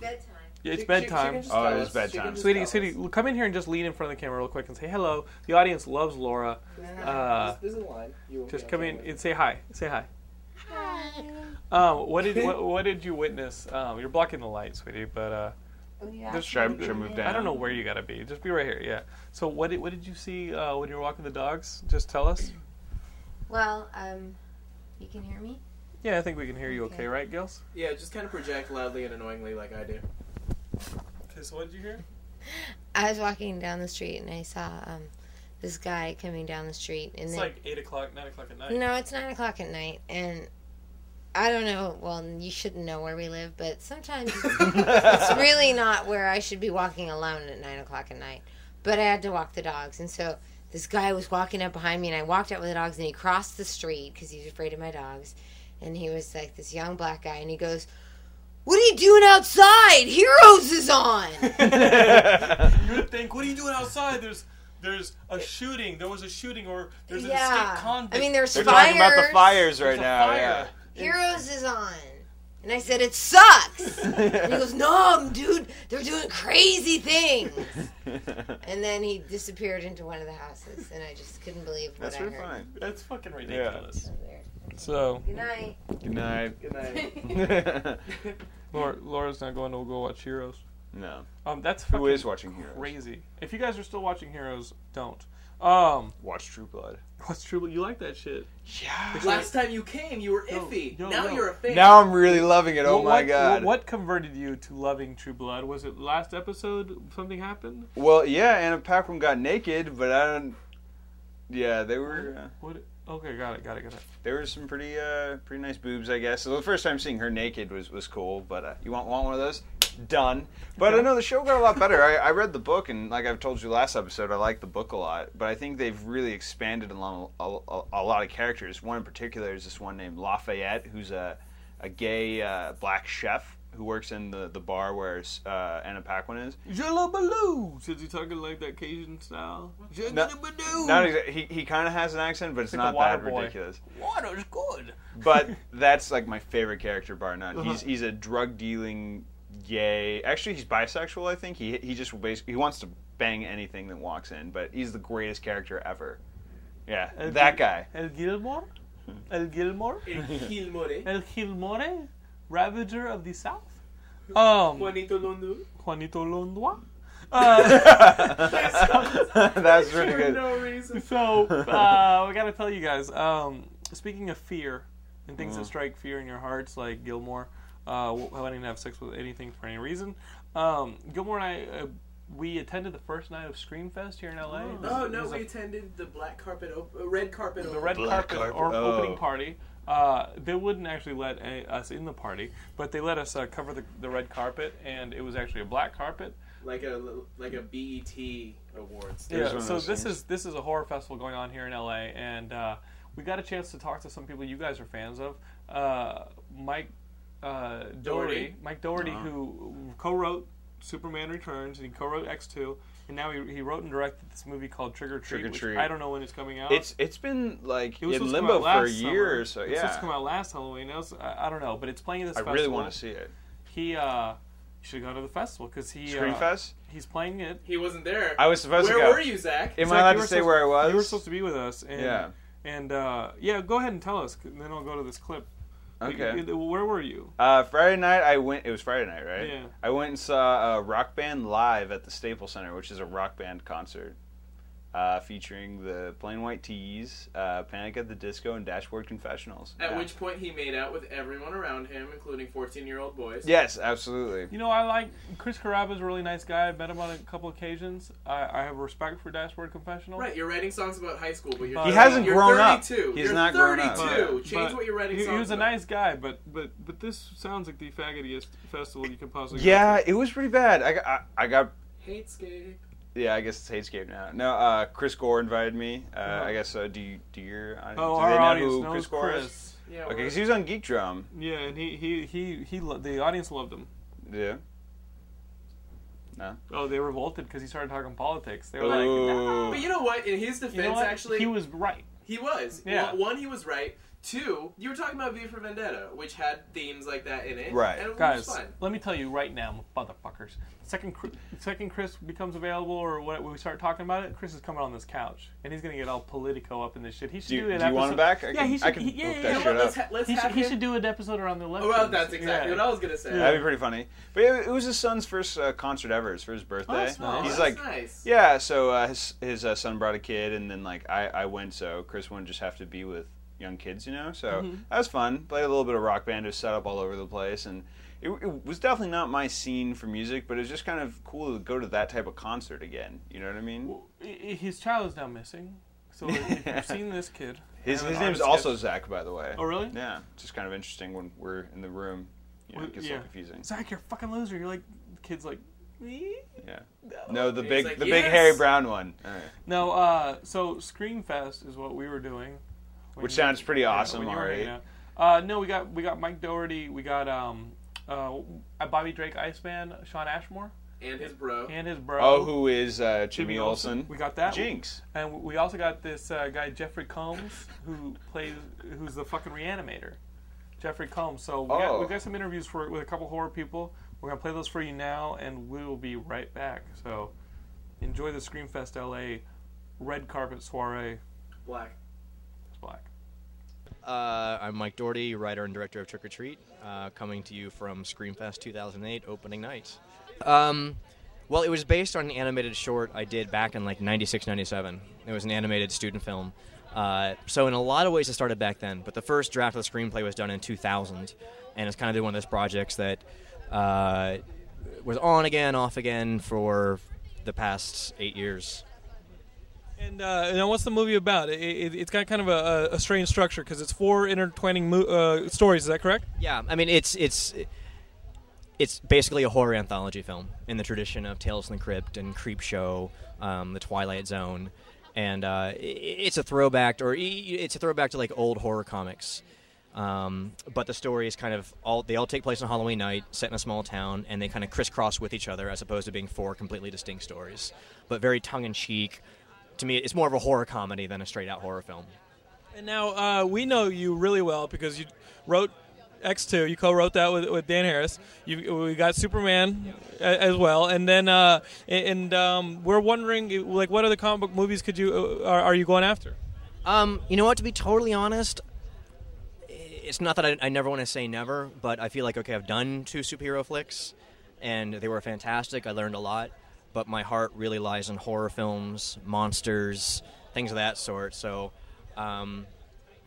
S5: Bedtime.
S2: Yeah,
S4: She-
S2: It's
S4: she- she
S2: bedtime.
S4: can just
S3: Oh,
S4: tell
S3: it is
S4: us. She can
S3: bedtime.
S4: just
S2: Sweetie,
S4: tell
S2: sweetie,
S4: us.
S2: l- come in here and just lean in front of the camera real quick and say hello. The audience loves Laura. Uh,
S4: There's a line. You won't
S2: just
S4: be
S2: come
S4: okay
S2: in
S4: with it.
S2: and say hi. Say hi. Hi. Um, what did what, what did you witness? Um, you're blocking the light, sweetie, but uh,
S5: Oh,
S3: should, I, should I move down?
S2: I don't know where you gotta be. Just be right here. Yeah. So what did what did you see uh, when you were walking the dogs? Just tell us.
S5: Well, um, you can hear me?
S2: Yeah, I think we can hear you okay,
S5: Okay.
S2: right, Gils?
S4: Yeah, just kind of project loudly and annoyingly like I do.
S2: So what did you hear?
S5: I was walking down the street and I saw um, this guy coming down the street. And
S2: It's
S5: then,
S2: like eight o'clock, nine o'clock at night.
S5: no, it's nine o'clock at night, and I don't know. Well, you shouldn't know where we live, but sometimes it's really not where I should be walking alone at nine o'clock at night. But I had to walk the dogs, and so this guy was walking up behind me, and I walked out with the dogs, and he crossed the street because he was afraid of my dogs, and he was like this young black guy, and he goes. What are you doing outside? Heroes is on.
S2: You would think, what are you doing outside? There's there's a shooting. There was a shooting, or there's
S5: yeah, I mean, there's
S3: They're
S5: fires.
S3: talking about the fires right
S2: a
S3: now.
S2: fire.
S3: Yeah.
S5: Heroes is on. And I said, it sucks. and he goes, no, dude, they're doing crazy things. and then he disappeared into one of the houses, and I just couldn't believe what
S3: That's
S5: I
S3: pretty
S5: heard.
S3: fine.
S2: That's fucking ridiculous.
S5: So there.
S2: So
S5: Good night.
S3: Good night.
S4: Good night.
S2: Laura, Laura's not going to go watch Heroes.
S3: no.
S2: Um, that's
S3: Who
S2: fucking
S3: is watching Heroes?
S2: crazy. If you guys are still watching Heroes, don't. Um,
S3: Watch True Blood.
S2: what's true? You like that shit?
S4: Last time you came, you were iffy.
S2: no,
S4: now
S2: no.
S4: you're a fan.
S3: Now I'm really loving it. Oh
S2: What-
S3: my
S2: what,
S3: god.
S2: What converted you to loving True Blood? Was it last episode? Something happened.
S3: Well, yeah, Anna Paquin got naked, but I don't. Yeah, they were uh,
S2: What? Okay, got it, got it, got it.
S3: there were some pretty uh, pretty nice boobs, I guess. So the first time seeing her naked was was cool, but uh, you want want one of those? Done. But I know the show got a lot better. I, I read the book, and like I've told you last episode, I like the book a lot. But I think they've really expanded along a, a, a lot of characters. One in particular is this one named Lafayette, who's a a gay uh, black chef who works in the the bar where uh, Anna Paquin is.
S2: Jello Baloo. Is he talking like that Cajun style? Jello
S3: No-
S2: Baloo.
S3: Not exa- he he kind of has an accent, but it's,
S2: like
S3: not
S2: the
S3: that
S2: water boy.
S3: ridiculous.
S2: Water's good.
S3: But that's like my favorite character, bar none.
S2: Uh-huh.
S3: He's he's a drug dealing gay. Actually, he's bisexual. I think he he just basically he wants to bang anything that walks in. But he's the greatest character ever. Yeah, that guy. Hmm.
S2: El Gilmore. El Gilmore.
S4: Gil More.
S2: El Gilmore, Ravager of the South. Um,
S4: Juanito Londo.
S2: Juanito Londoa. uh,
S3: That's pretty
S4: For
S3: good.
S4: no reason.
S2: So uh, we gotta tell you guys. Um, speaking of fear and things
S3: Mm.
S2: that strike fear in your hearts, like Gilmore, uh, w- wanting to have sex with anything for any reason. Um, Gilmore and I, uh, we attended the first night of Scream Fest here in LA. This-
S4: Oh
S2: this
S4: no,
S2: is a-
S4: we attended the black carpet, op- uh, red carpet.
S2: the red
S3: Black
S2: carpet,
S3: carpet.
S2: or
S3: Oh.
S2: opening party. Uh, they wouldn't actually let a, us in the party, but they let us uh, cover the, the red carpet, and it was actually a black carpet.
S4: like a like a BET
S3: was
S4: awards.
S2: Yeah,
S3: one of
S2: so
S3: those
S2: this
S3: things.
S2: is this is a horror festival going on here in LA, and uh, we got a chance to talk to some people you guys are fans of. Uh, Mike uh, Doherty,
S4: Doherty.
S2: Mike Doherty,
S3: Uh-huh.
S2: who co-wrote Superman Returns and he co-wrote X Two, and now he, he wrote and directed this movie called Trick or Treat.
S3: Trick or
S2: which
S3: Treat.
S2: I don't know when it's coming out.
S3: It's it's been like
S2: it was
S3: in
S2: supposed to come
S3: limbo
S2: out
S3: for a
S2: last
S3: year
S2: summer.
S3: or so.
S2: It was supposed to come
S3: Yeah,
S2: out last Halloween. It was, I, I don't know, but it's playing at this
S3: I
S2: festival.
S3: really want to see it.
S2: He uh, should go to the festival because he
S3: Scream
S2: uh,
S3: Fest?
S2: He's playing it.
S4: He wasn't there.
S3: I was supposed
S4: Where
S3: to go.
S4: were you, Zach?
S3: Am
S2: Zach,
S3: I allowed
S2: you
S3: to
S2: were
S3: say
S2: supposed-
S3: where I was?
S2: You were supposed to be with us. And,
S3: Yeah.
S2: And uh, yeah, go ahead and tell us. and Then I'll go to this clip.
S3: Okay.
S2: You- you- Where were you?
S3: Uh, Friday night, I went. It was Friday night, right?
S2: Yeah.
S3: I went and saw a rock band live at the Staples Center, which is a rock band concert uh, featuring the Plain White Tees, uh, Panic at the Disco, and Dashboard Confessionals.
S4: At
S3: Yeah.
S4: which point he made out with everyone around him, including fourteen-year-old boys.
S3: Yes, absolutely.
S2: You know, I like Chris Caraba's a really nice guy. I've met him on a couple occasions. I, I have respect for Dashboard Confessional.
S4: Right, you're writing songs about high school, but you're
S2: He
S3: hasn't
S4: you're
S3: grown up.
S4: 32.
S3: He's
S4: You're
S3: not grown up.
S4: 32.
S2: But-
S4: Change
S2: but
S4: what you're writing.
S2: He, he
S4: songs
S2: was a
S4: about.
S2: nice guy, but but but this sounds like the faggotiest festival you could possibly. go
S3: Yeah,
S2: to.
S3: it was pretty bad. I got, I, I got.
S4: hate scape.
S3: Yeah, I guess it's Hatescape now. No, uh, Chris Gore invited me. Uh, I guess uh, do you, do your audience,
S2: Oh,
S3: do
S2: our
S3: they know
S2: audience
S3: who
S2: knows
S3: Chris Gore is?
S2: Chris.
S4: Yeah.
S3: Okay,
S4: we're-
S3: because he was on Geek Drum.
S2: Yeah, and he he he he. Lo- the audience loved him.
S3: Yeah.
S2: Oh, they revolted because he started talking politics. They were like,
S3: Ooh.
S2: no.
S4: But you know what? In his defense,
S2: You know what?
S4: actually,
S2: he was right.
S4: He was.
S2: Yeah.
S4: One, one, he was right. Two, you were talking about V for Vendetta, which had themes like that in it.
S3: Right.
S4: And it
S2: Guys,
S4: was fun.
S2: let me tell you right now, motherfuckers. Second, Chri- second Chris becomes available, or what, when we start talking about it, Chris is coming on this couch, and he's gonna get all politico up in this shit. He should
S3: Do
S2: do,
S3: you-
S2: an
S3: do you want him
S2: episode-
S3: back? I
S2: yeah,
S3: can-
S2: he
S3: I
S2: should.
S3: can
S2: he,
S3: hook
S2: yeah,
S3: that
S2: yeah,
S3: shit
S2: yeah.
S3: up.
S4: Let's, ha- let's
S2: He
S4: have
S2: should, he
S4: him-
S2: should do an episode around the left.
S4: Oh, well, that's exactly what I was gonna say.
S3: That'd be pretty funny. But yeah, it was his son's first uh, concert ever, his first birthday.
S2: Oh, that's nice.
S3: He's
S4: That's
S3: like,
S4: nice.
S3: yeah. So uh, his his uh, son brought a kid, and then like I, I went, so Chris wouldn't just have to be with young kids, you know. So
S2: Mm-hmm.
S3: that was fun. Played a little bit of rock band, just set up all over the place, and it, it was definitely not my scene for music, but it was just kind of cool to go to that type of concert again. You know what I mean?
S2: His child is now missing, so if you've seen this kid.
S3: His
S2: I have
S3: his
S2: an
S3: name's
S2: artist
S3: also
S2: sketch.
S3: Zach, by the way.
S2: Oh, really?
S3: Yeah. Just kind of interesting when we're in the room. You know, it gets a
S2: Yeah.
S3: little confusing.
S2: Zach, you're a fucking loser. You're like, the kid's like, me.
S3: Yeah. No, the big
S4: like,
S3: the
S4: "Yes!"
S3: big hairy brown one. All right.
S2: No, uh, so Screamfest is what we were doing. when
S3: Which
S2: you-
S3: sounds pretty awesome
S2: when you were
S3: already.
S2: hanging out. Uh, no, we got we got Mike Doherty, we got um, uh, Bobby Drake, Iceman, Sean Ashmore,
S4: And his bro.
S2: and his bro.
S3: Oh, who is uh, Jimmy,
S2: Jimmy
S3: Olsen?
S2: Olsen. We got that.
S3: Jinx.
S2: And we also got this uh, guy Jeffrey Combs, who plays who's the fucking reanimator.
S4: Jeffrey Combs. So we,
S6: Oh.
S4: got, we got some interviews for with a couple horror people. We're gonna play those for you now, and we will be right back. So enjoy the Screamfest LA red carpet soiree.
S7: Black.
S4: It's black.
S8: Uh, I'm Mike Doherty, writer and director of Trick or Treat, uh, coming to you from Screamfest 2008 opening night. Um, well, it was based on an animated short I did back in like 96, 97. It was an animated student film. Uh, so, in a lot of ways, it started back then, but the first draft of the screenplay was done in 2000, and it's kind of one of those projects that uh, was on again, off again for the past eight years.
S2: And uh, now, what's the movie about? It, it, it's got kind of a, a- a strange structure because it's four intertwining mo- uh, stories. Is that correct?
S8: Yeah, I mean it's it's it's basically a horror anthology film in the tradition of Tales from the Crypt and Creep Show, um, The Twilight Zone, and uh, i- i- it's a throwback or i- i- it's a throwback to like old horror comics. Um, but the story is kind of all they all take place on Halloween night, set in a small town, and they kind of crisscross with each other as opposed to being four completely distinct stories, but very tongue in cheek. To me, it's more of a horror comedy than a straight out horror film.
S2: And now uh, we know you really well because you wrote X2. You co-wrote that with, with Dan Harris. You, we got Superman a, as well, and then uh, a- and um, we're wondering like what other comic book movies could you uh, are, are you going after?
S8: Um, you know what? To be totally honest, it's not that I, I never want to say never, but I feel like okay, I've done two superhero flicks, and they were fantastic. I learned a lot, but my heart really lies in horror films, monsters, things of that sort. So, um,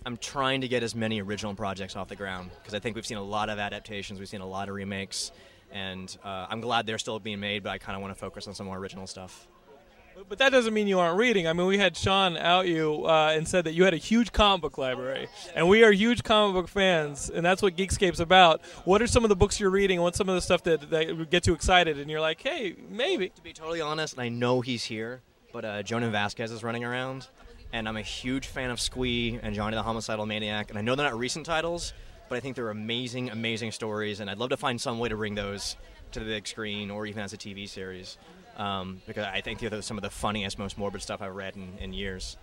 S8: I'm trying to get as many original projects off the ground because I think we've seen a lot of adaptations, we've seen a lot of remakes, and uh, I'm glad they're still being made. But I kind of want to focus on some more original stuff.
S2: But that doesn't mean you aren't reading. I mean, we had Sean out you uh, and said that you had a huge comic book library, and we are huge comic book fans, and that's what Geekscape's about. What are some of the books you're reading? and What's some of the stuff that, that gets you excited? And you're like, hey, maybe.
S8: be totally honest, and I know he's here, but uh, Jonan Vasquez is running around, and I'm a huge fan of Squee and Johnny the Homicidal Maniac, and I know they're not recent titles, but I think they're amazing, amazing stories, and I'd love to find some way to bring those to the big screen or even as a TV series, um, because I think they're the- some of the funniest, most morbid stuff I've read in, in years.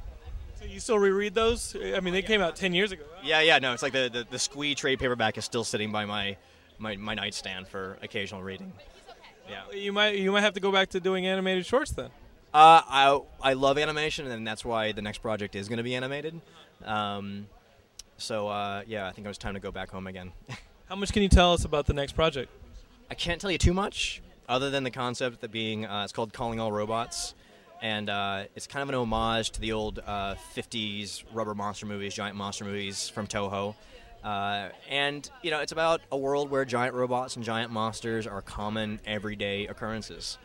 S2: So you still reread those? I mean, they came out 10 years ago.
S8: Yeah, yeah, no, it's like the, the, the Squee trade paperback is still sitting by my, my, my nightstand for occasional reading. Yeah.
S2: You might you might have to go back to doing animated shorts then.
S8: Uh, I I love animation, and that's why the next project is going to be animated. Um, so uh, yeah, I think it was time to go back home again.
S2: How much can you tell us about the next project?
S8: I can't tell you too much, other than the concept that being uh, it's called Calling All Robots, and uh, it's kind of an homage to the old uh, '50s rubber monster movies, giant monster movies from Toho. Uh, and you know, it's about a world where giant robots and giant monsters are common everyday occurrences,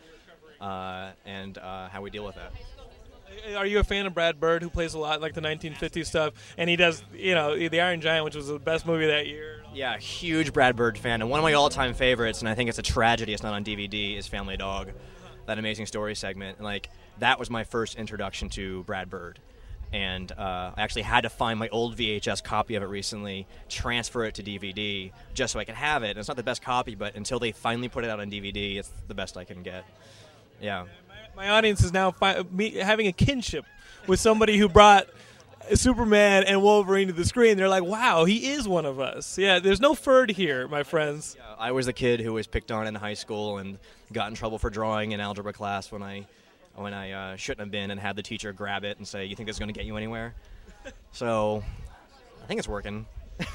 S8: uh, and uh, how we deal with that.
S2: Are you a fan of Brad Bird, who plays a lot like the 1950s stuff, and he does you know the Iron Giant, which was the best movie that year?
S8: Yeah, huge Brad Bird fan, and one of my all-time favorites, and I think it's a tragedy it's not on DVD. Is Family Dog, that amazing story segment, and like that was my first introduction to Brad Bird, and uh, I actually had to find my old VHS copy of it recently, transfer it to DVD just so I could have it. And it's not the best copy, but until they finally put it out on DVD, it's the best I can get. Yeah.
S2: My audience is now fi- me, having a kinship with somebody who brought Superman and Wolverine to the screen. They're like, "Wow, he is one of us." Yeah, there's no Ferd here, my friends.
S8: I was the kid who was picked on in high school and got in trouble for drawing in algebra class when I when I uh, shouldn't have been and had the teacher grab it and say, "You think this is going to get you anywhere?" So, I think it's working.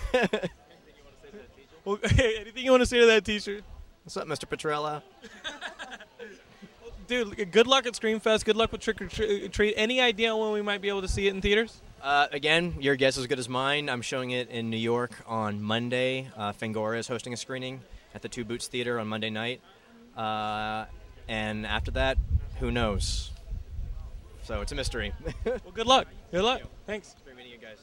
S2: Well, anything you want to say to that T-shirt,
S8: What's up, Mr. Petrella?
S2: dude? Good luck at Screamfest. Good luck with Trick or Tr- uh, Treat. Any idea when we might be able to see it in theaters?
S8: Uh, again, your guess is as good as mine. I'm showing it in New York on Monday. Uh, Fangora is hosting a screening at the Two Boots Theater on Monday night, uh, and after that, who knows? So it's a mystery.
S2: Well, good luck. Good luck. Thanks.
S8: meeting you guys.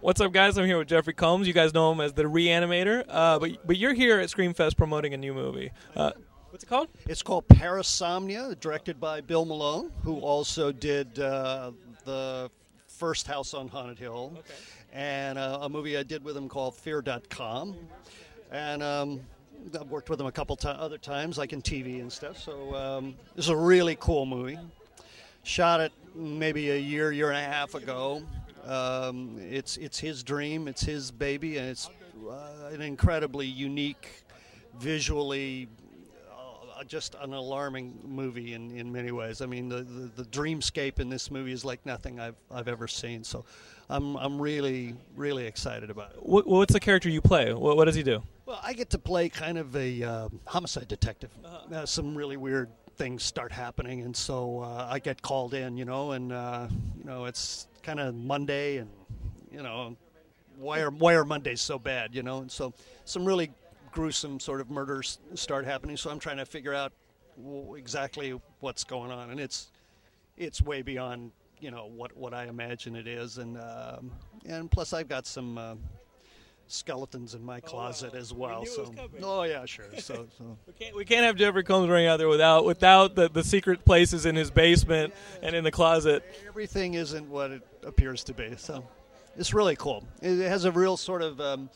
S2: What's up, guys? I'm here with Jeffrey Combs. You guys know him as the Reanimator, uh, but but you're here at Screamfest promoting a new movie. Uh, what's it called?
S9: It's called Parasomnia, directed by Bill Malone, who also did uh, the first House on Haunted Hill, and uh, a movie I did with him called Fear.com. And um, I've worked with him a couple ti other times, like in TV and stuff. So um, it's a really cool movie. Shot it maybe a year, year and a half ago. Um, it's it's his dream, it's his baby, and it's uh, an incredibly unique, visually, uh, just an alarming movie in, in many ways. I mean, the, the, the dreamscape in this movie is like nothing I've, I've ever seen. So I'm, I'm really, really excited about it.
S2: What, what's the character you play? What, what does he do?
S9: Well, I get to play kind of a uh, homicide detective. Uh, some really weird things start happening, and so uh, I get called in, you know, and uh, you know it's kind of Monday, and you know, why are why are Mondays so bad, you know? And so some really gruesome sort of murders start happening. So I'm trying to figure out w- exactly what's going on, and it's it's way beyond you know what what I imagine it is, and um, and plus I've got some. Uh, skeletons in my closet as
S2: Oh, knew
S9: well
S2: it was
S9: so
S2: coming.
S9: oh yeah sure so, so
S2: We can't, we can't have Jeffrey Combs running out there without without the, the secret places in his basement and in the closet.
S9: everything isn't what it appears to be. So it's really cool. It it has a real sort of, um,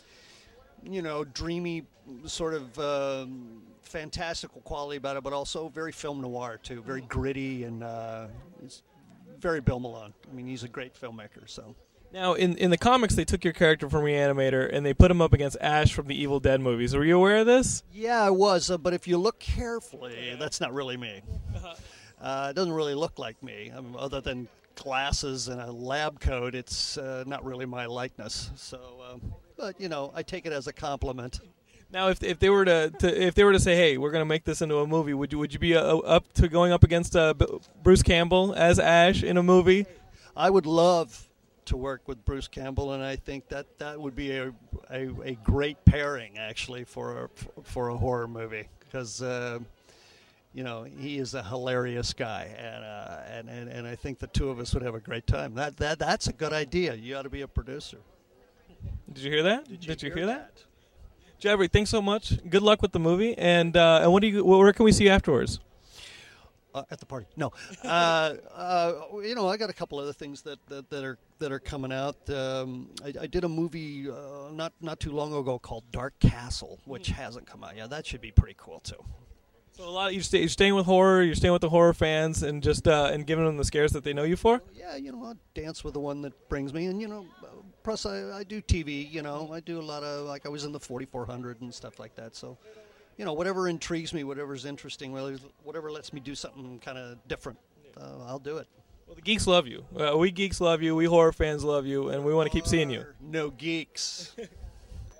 S9: you know, dreamy, sort of um, fantastical quality about it, but also very film noir too. Very
S2: Mm.
S9: gritty and uh, it's very Bill Malone. I mean, he's a great filmmaker. So
S2: Now, in, in the comics, they took your character from Reanimator and they put him up against Ash from the Evil Dead movies. Were you aware of this?
S9: yeah, I was. Uh, but if you look carefully, that's not really me. Uh, it doesn't really look like me, um, other than glasses and a lab coat. It's uh, not really my likeness. So, um, but you know, I take it as a compliment.
S2: Now, if, if they were to, to if they were to say, "Hey, we're going to make this into a movie," would you would you be uh, up to going up against uh, B- Bruce Campbell as Ash in a movie?
S9: I would love to work with Bruce Campbell, and I think that that would be a a, a great pairing actually for a, for a horror movie because. Uh, you know he is a hilarious guy, and, uh, and and and I think the two of us would have a great time. That that that's a good idea. You ought to be a producer.
S2: Did you hear that? Did you, hear that? Jeffrey, thanks so much. Good luck with the movie, and uh, and what do you where can we see you afterwards?
S9: uh, at the party. No, uh, uh, you know, I got a couple other things that, that, that are that are coming out. Um, I, I did a movie uh, not not too long ago called Dark Castle, which hasn't come out yet. That should be pretty cool too.
S2: So a lot of, you're, stay, you're staying with horror, you're staying with the horror fans, and just uh, and giving them the scares that they know you for.
S9: Yeah, you know, I'll dance with the one that brings me, and you know, uh, plus I, I do TV. You know, I do a lot of like I was in the 4400 and stuff like that. So, you know, whatever intrigues me, whatever's interesting, whether- whatever lets me do something kind of different, uh, I'll do it.
S2: Well, the geeks love you. Uh, we geeks love you. We horror fans love you, and we want to keep seeing you.
S9: No geeks.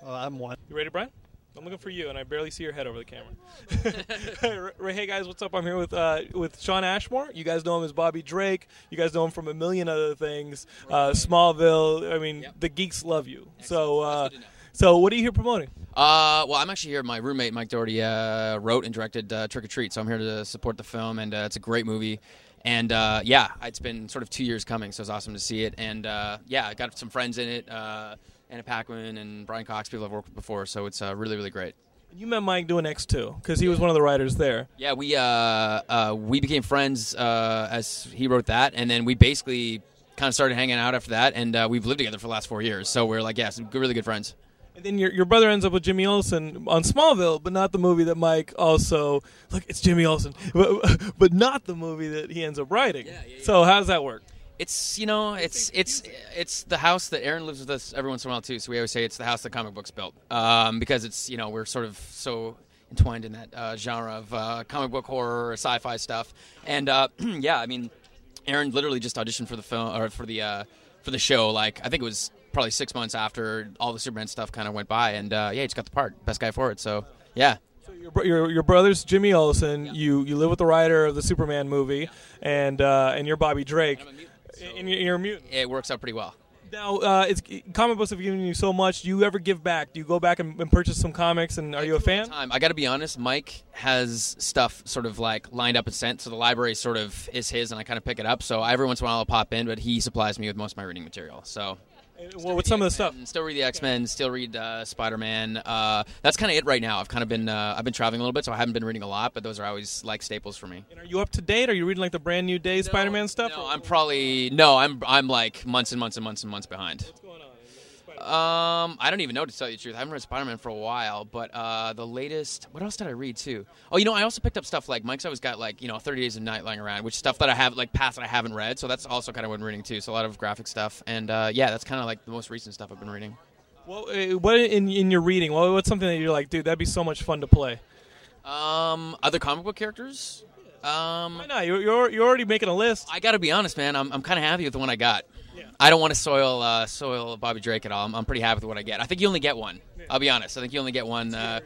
S9: oh, I'm one.
S2: You ready, Brian? I'm looking for you, and I barely see your head over the camera. Right, hey guys, what's up? I'm here with uh, with Sean Ashmore. You guys know him as Bobby Drake. You guys know him from a million other things. Uh, Smallville. I mean, the geeks love you. So, uh,
S10: That's good to know.
S2: so what are you here promoting?
S10: Uh, well, I'm actually here. My roommate Mike Doherty uh, wrote and directed uh, Trick or Treat, so I'm here to support the film, and uh, it's a great movie. And uh, yeah, it's been sort of two years coming, so it's awesome to see it. And uh, yeah, I got some friends in it, uh, Anna Paquin and Brian Cox, people I've worked with before, so it's uh, really, really great.
S2: You met Mike doing X2 because he was one of the writers there.
S10: Yeah, we uh, uh, we became friends uh, as he wrote that, and then we basically kind of started hanging out after that, and uh, we've lived together for the last four years. So we're like, yeah, some good, really good friends.
S2: And then your, your brother ends up with Jimmy Olsen on Smallville, but not the movie that Mike also look. It's Jimmy Olsen, but, but not the movie that he ends up writing. So how does that work?
S10: It's you know, it's it's it's the house that Aaron lives with us every once in a while too. So we always say it's the house that comic books built um, because it's you know we're sort of so entwined in that uh, genre of uh, comic book horror or sci-fi stuff. And uh, yeah, I mean, Aaron literally just auditioned for the film or for the uh, for the show. Like I think it was probably six months after all the Superman stuff kind of went by, and uh, yeah, he just got the part, best guy for it. So yeah.
S2: Your, bro- your, your brother's Jimmy Olsen. You you live with the writer of the Superman movie, and uh, and you're Bobby Drake. And, and you're, you're a mutant.
S10: It works out pretty well.
S2: Now, uh, it's comic books have given you so much. Do you ever give back? Do you go back and, and purchase some comics? And are you a fan?
S10: time. I got to be honest. Mike has stuff sort of like lined up and sent, so the library sort of is his, and I kind of pick it up. So every once in a while, I'll pop in, but he supplies me with most of my reading material. So
S2: And what- what's some of the stuff?
S10: and still read the X Men, still read uh, Spider Man. Uh, that's kind of it right now. I've kind of been uh, I've been traveling a little bit, so I haven't been reading a lot, but those are always like staples for me.
S2: And are you up to date? Are you reading like the brand new day Spider-Man stuff?
S10: No,
S2: or
S10: I'm probably no. I'm I'm like months and months and months and months behind.
S2: what's going on?
S10: Um, I don't even know to tell you the truth. I haven't read Spider Man for a while, but uh, the latest. What else did I read too? Oh, you know, I also picked up stuff like Mike's always got like you know Thirty Days of Night lying around, which stuff that I have like past that I haven't read. So that's also kind of what I'm reading too. So a lot of graphic stuff, and uh, yeah, that's kind of like the most recent stuff I've been reading.
S2: What, uh, what in, in your reading? What, what's something that you're like, dude, that'd be so much fun to play?
S10: Um, other comic book characters. Um,
S2: Why not? You're, you're, you're already making a list.
S10: I got to be honest, man. I'm, I'm kind of happy with the one I got. I don't want to soil uh, soil Bobby Drake at all. I'm, I'm pretty happy with what I get. I think you only get one. I'll be honest. I think you only get one. Uh,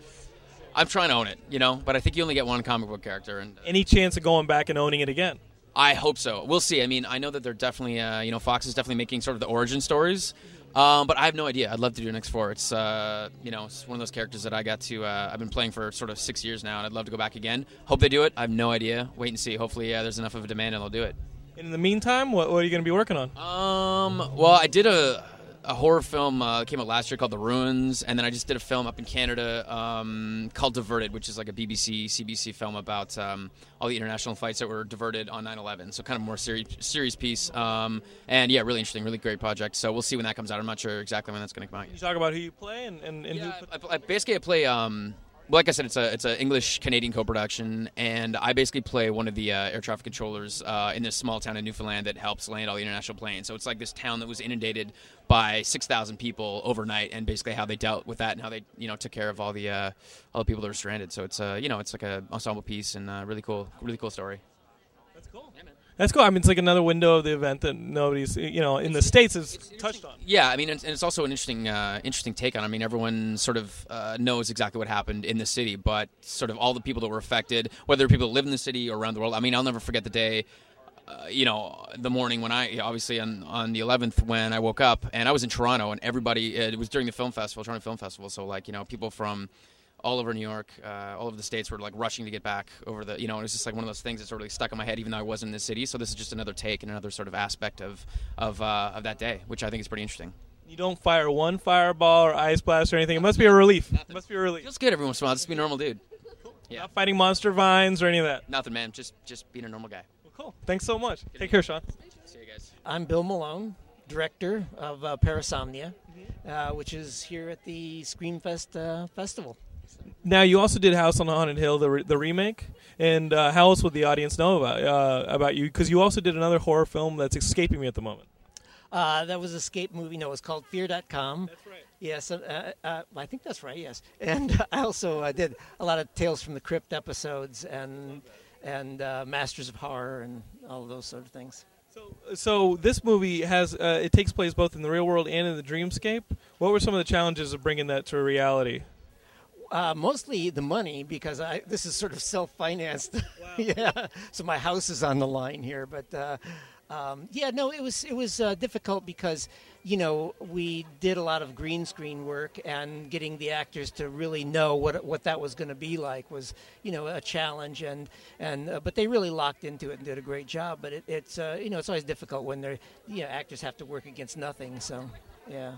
S10: I'm trying to own it, you know, but I think you only get one comic book character, and uh,
S2: Any chance of going back and owning it again?
S10: I hope so. We'll see. I mean, I know that they're definitely, uh, you know, Fox is definitely making sort of the origin stories, um, but I have no idea. I'd love to do an X Four. It's, uh, you know, it's one of those characters that I got to. Uh, I've been playing for sort of six years now, and I'd love to go back again. Hope they do it. I have no idea. Wait and see. Hopefully, uh, there's enough of a demand, and they'll do it.
S2: In the meantime, what, what are you going to be working on?
S10: Um. Well, I did a, a horror film uh, that came out last year called The Ruins, and then I just did a film up in Canada um, called Diverted, which is like a BBC, CBC film about um, all the international flights that were diverted on 9/11. So kind of more serious, serious piece. Um, and yeah, really interesting, really great project. So we'll see when that comes out. I'm not sure exactly when that's going to come out.
S2: you
S10: Yet.
S2: talk about who you play and, and, and who
S10: Yeah,
S2: put
S10: I, I- I basically I play. Um, well, like I said, it's a it's an English Canadian co-production, and I basically play one of the uh, air traffic controllers uh, in this small town in Newfoundland that helps land all the international planes. So it's like this town that was inundated by six thousand people overnight, and basically how they dealt with that and how they you know took care of all the uh, all the people that were stranded. So it's uh, you know it's like a ensemble piece and uh, really cool, really cool story.
S2: That's cool. That's cool. I mean, it's like another window of the event that nobody's, you know, in the states has touched on.
S10: Yeah, I mean, it's- and it's also an interesting, uh, interesting take on. it. I mean, everyone sort of uh, knows exactly what happened in the city, but sort of all the people that were affected, whether people that live in the city or around the world. I mean, I'll never forget the day. Uh, you know, the morning when I obviously on, on the 11th when I woke up and I was in Toronto and everybody it was during the film festival, Toronto Film Festival. So like you know, people from all over New York, uh, all over the states were like rushing to get back over the, you know, it was just like one of those things that sort of like, stuck in my head, even though I wasn't in the city. So this is just another take and another sort of aspect of of uh, of that day, which I think is pretty interesting.
S2: You don't fire one fireball or ice blast or anything. It must be a relief. It must be a relief.
S10: Feels good every once in a while. Just be a normal dude.
S2: Not fighting monster vines or any of that.
S10: Nothing, man. Just just being a normal guy.
S2: Well, cool. Thanks so much. Take care, Sean.
S10: See you guys.
S11: I'm Bill Malone, director of uh, Parasomnia,
S2: Mm-hmm.
S11: uh, which is here at the Screamfest uh, festival.
S2: Now, you also did House on the Haunted Hill, the, re- the remake. And uh, how else would the audience know about, uh, about you? Because you also did another horror film that's escaping me at the moment.
S11: Uh, that was escape movie. No, it's called Fear.com. That's
S2: right.
S11: Yes, uh, uh, I think that's right. Yes, and I also uh, did a lot of Tales from the Crypt episodes and and uh, Masters of Horror and all of those sort of things.
S2: So, so this movie has uh, it takes place both in the real world and in the dreamscape. What were some of the challenges of bringing that to reality?
S11: Uh, mostly the money because I this is sort of self-financed. yeah, so my house is on the line here. But uh, um, yeah, no, it was it was uh, difficult because you know we did a lot of green screen work and getting the actors to really know what what that was going to be like was you know a challenge and and uh, but they really locked into it and did a great job. But it, it's uh, you know it's always difficult when they're you know actors have to work against nothing. So yeah.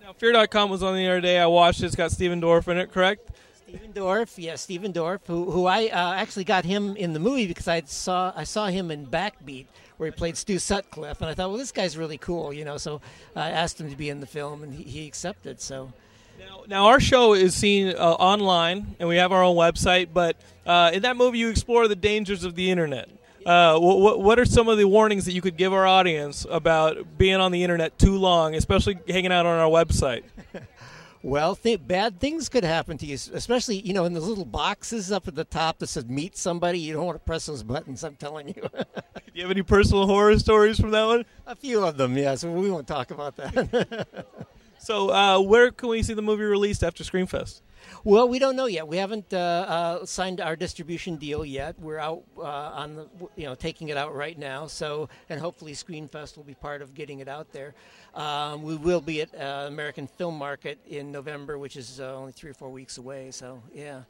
S2: Now, Fear.com was on the other day. I watched it. It's got Steven Dorff in it, correct?
S11: Steven Dorff, yeah, Steven Dorff, who who I uh, actually got him in the movie because I saw I saw him in Backbeat where he played Stu Sutcliffe, and I thought, well, this guy's really cool, you know. So I asked him to be in the film, and he, he accepted. So
S2: Now, now our show is seen uh, online, and we have our own website. But uh, in that movie, you explore the dangers of the internet. Uh, what, what are some of the warnings that you could give our audience about being on the internet too long, especially hanging out on our website?
S11: Well, th- bad things could happen to you, s- especially you know in those little boxes up at the top that says "Meet somebody." You don't want to press those buttons. I'm telling you,
S2: Do you have any personal horror stories from that one?
S11: a few of them. Yeah, so we won't talk about that.
S2: So, uh, where can we see the movie released after Screamfest?
S11: Well, we don't know yet. We haven't uh, uh, signed our distribution deal yet. We're out uh, on the, you know, taking it out right now. So, and hopefully Screenfest will be part of getting it out there. Um, we will be at uh, American Film Market in November, which is uh, only three or four weeks away. So, yeah.